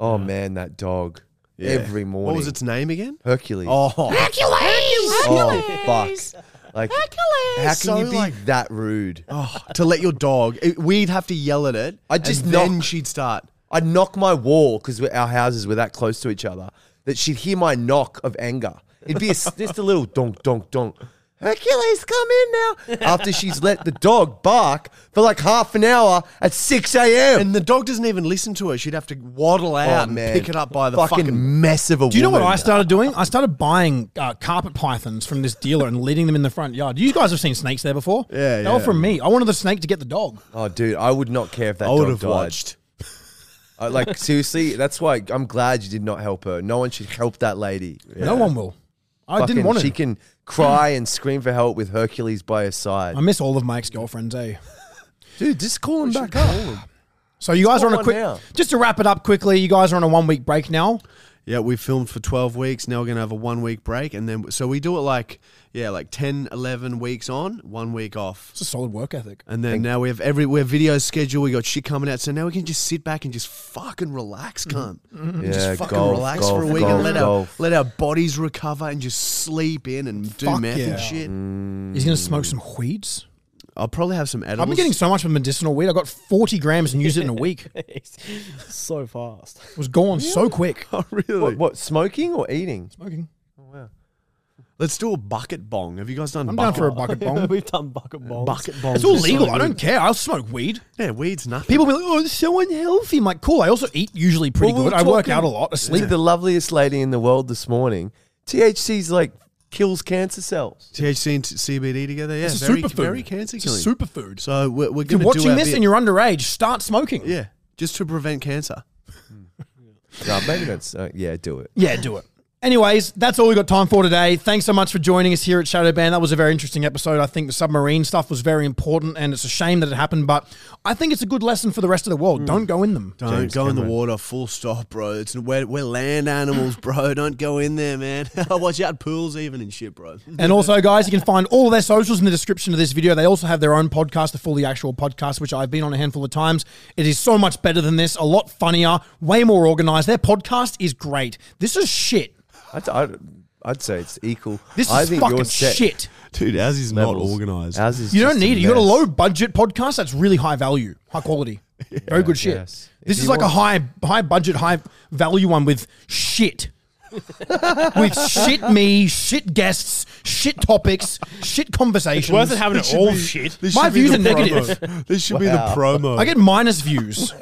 C: Oh man, that dog.
B: Yeah.
C: Every morning.
B: What was its name again?
C: Hercules.
B: Oh,
C: Oh, fuck. Like, how can
B: So,
C: you be
B: like-
C: that rude?
B: oh, to let your dog. it- we'd have to yell at it.
C: I just
B: and then
C: knock.
B: she'd start.
C: I'd knock my wall because our houses were that close to each other that she'd hear my knock of anger. It'd be a, just a little donk, donk, donk. Hercules, come in now. After she's let the dog bark for like half an hour at 6 a.m.
B: And the dog doesn't even listen to her. She'd have to waddle
C: Oh,
B: out
C: man.
B: and pick it up by the
C: fucking,
B: fucking
C: mess of a
H: Do you know what I started doing? I started buying uh, carpet pythons from this dealer and leading them in the front yard. You guys have seen snakes there before.
B: Yeah,
H: they were
B: yeah.
H: from me. I wanted the snake to get the dog.
C: Oh, dude, I would not care if that
B: I would
C: dog
B: have
C: died.
B: watched.
C: I- like, seriously, that's why I'm glad you did not help her. No one should help that lady.
H: No one will. I didn't want
C: She
H: it.
C: can cry and scream for help with Hercules by her side.
H: I miss all of my ex girlfriends, eh?
C: dude, just call him back up.
H: So you guys are on
C: got
H: a
C: one
H: quick.
C: now.
H: Just to wrap it up quickly, you guys are on a one week break now.
B: Yeah, we filmed for 12 weeks. Now we're going to have a one week break. And then, so we do it like, yeah, like 10, 11 weeks on, one week off.
H: It's a solid work ethic.
B: And then now we have every, we have video schedule. We got shit coming out. So now we can just sit back and just fucking relax, cunt.
C: Yeah,
B: Mm-hmm. just fucking
C: golf,
B: relax
C: golf,
B: for a week
C: golf,
B: and let
C: golf.
B: our, let our bodies recover and just sleep in and do
H: Fuck
B: meth
H: yeah.
B: and shit.
C: Mm.
H: He's gonna
B: Mm.
H: smoke some weeds.
B: I'll probably have some edibles.
H: I've been getting so much of medicinal weed. I got forty grams and used it in a week. It
F: so fast.
H: was gone so quick.
B: Oh, really?
C: What, what, smoking or eating?
H: Smoking.
B: Let's do a bucket bong. Have you guys done
H: I'm down
B: bucket
H: for a bucket bomb.
F: We've done bucket balls.
B: Bucket bong.
H: It's all legal. I don't care. I'll smoke weed.
B: Yeah, weed's nothing.
H: People be like, "Oh, it's so unhealthy." I'm like, "Cool." I also eat usually pretty
C: Well, we
H: good.
C: were
H: I work
C: talking
H: out a lot. I
C: Leave
H: sleep.
C: the loveliest lady in the world this morning. THC's like kills cancer cells.
B: THC and CBD together. Yeah,
H: It's a
B: very,
H: superfood.
B: very cancer
H: It's a
B: killing.
H: superfood.
B: So we're, we're
H: if
B: going to
H: you're
B: do
H: watching
B: our
H: this
B: bit.
H: and you're underage, start smoking.
B: yeah, just to prevent cancer.
C: No, maybe that's uh, yeah, do it.
H: Yeah, do it. Anyways, that's all we got time for today. Thanks so much for joining us here at Shadow Band. That was a very interesting episode. I think the submarine stuff was very important, and it's a shame that it happened, but I think it's a good lesson for the rest of the world. Don't go in them.
B: Don't go in the water. Full stop, bro. It's we're, we're land animals, bro. Don't go in there, man. Watch out, pools even and shit, bro.
H: And also, guys, you can find all of their socials in the description of this video. They also have their own podcast, the Fully Actual podcast, which I've been on a handful of times. It is so much better than this, a lot funnier, way more organized. Their podcast is great. This is shit.
C: I'd, I'd, I'd say it's equal.
H: This
C: I
H: is
C: think
H: fucking
C: your set
H: shit.
B: Dude, ours is
C: levels- ours is
H: You don't
C: just
H: need it. You got a
C: mess.
H: low budget podcast that's really high value, high quality, very good shit.
C: yes. If
H: This is
C: you
H: like a
C: want-
H: high high budget, high value one with shit. with shit me, shit guests, shit topics, shit conversations.
F: It's worth it having it all shit.
H: My views are negative.
B: This should be the promo.
H: I get minus views.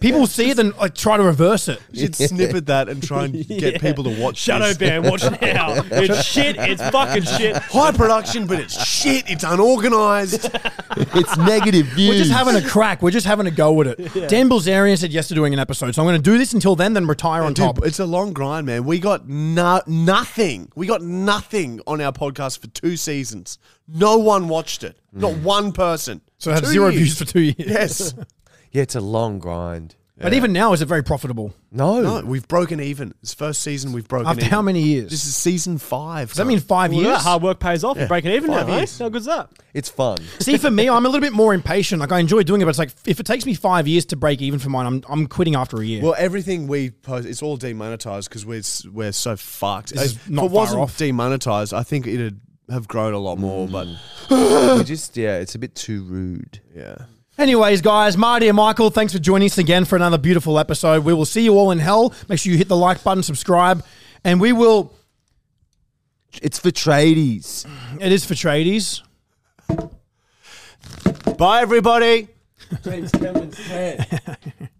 H: People see it and like try to reverse it.
B: You should snip at that and try and get people to watch.
F: Shadow
B: this.
F: Band, watch now. It's shit. It's fucking shit.
B: High production, but it's shit. It's unorganized.
C: It's negative views.
H: We're just having a crack. We're just having a go at it. Dan Bilzerian said yes to doing an episode, so I'm going to do this until then, then retire on
B: Dude,
H: top.
B: it's a long grind, man. We got no- nothing. We got nothing on our podcast for two seasons. No one watched it. Not one person.
H: Mm. So I have
B: Two
H: zero
B: years.
H: views for two years.
B: Yes.
C: Yeah, it's a long grind.
H: But even now, is it very profitable?
C: No.
B: No, we've broken even. It's first season we've broken
H: After
B: even.
H: how many years?
B: This is season five.
H: Does that mean five
F: Well,
H: years?
F: that hard work pays off.
B: Yeah.
F: You're breaking even
B: Five
F: now, eh?
B: years.
F: How good's that?
C: It's fun.
H: See, for me, I'm a little bit more impatient. Like I enjoy doing it, but it's like if it takes me five years to break even for mine, I'm, I'm quitting after a year.
B: Well, everything we post, it's all demonetized because we're s- we're so fucked.
H: This is
B: If
H: not
B: it wasn't
H: far off.
B: demonetized, I think it'd have grown a lot more. But
H: Mm.
C: we just yeah, it's a bit too rude.
B: yeah,
H: Anyways, guys, Marty and Michael, thanks for joining us again for another beautiful episode. We will see you all in hell. Make sure you hit the like button, subscribe, and we will.
C: It's for tradies.
H: It is for tradies.
B: bye everybody.
I: James Cameron's hand.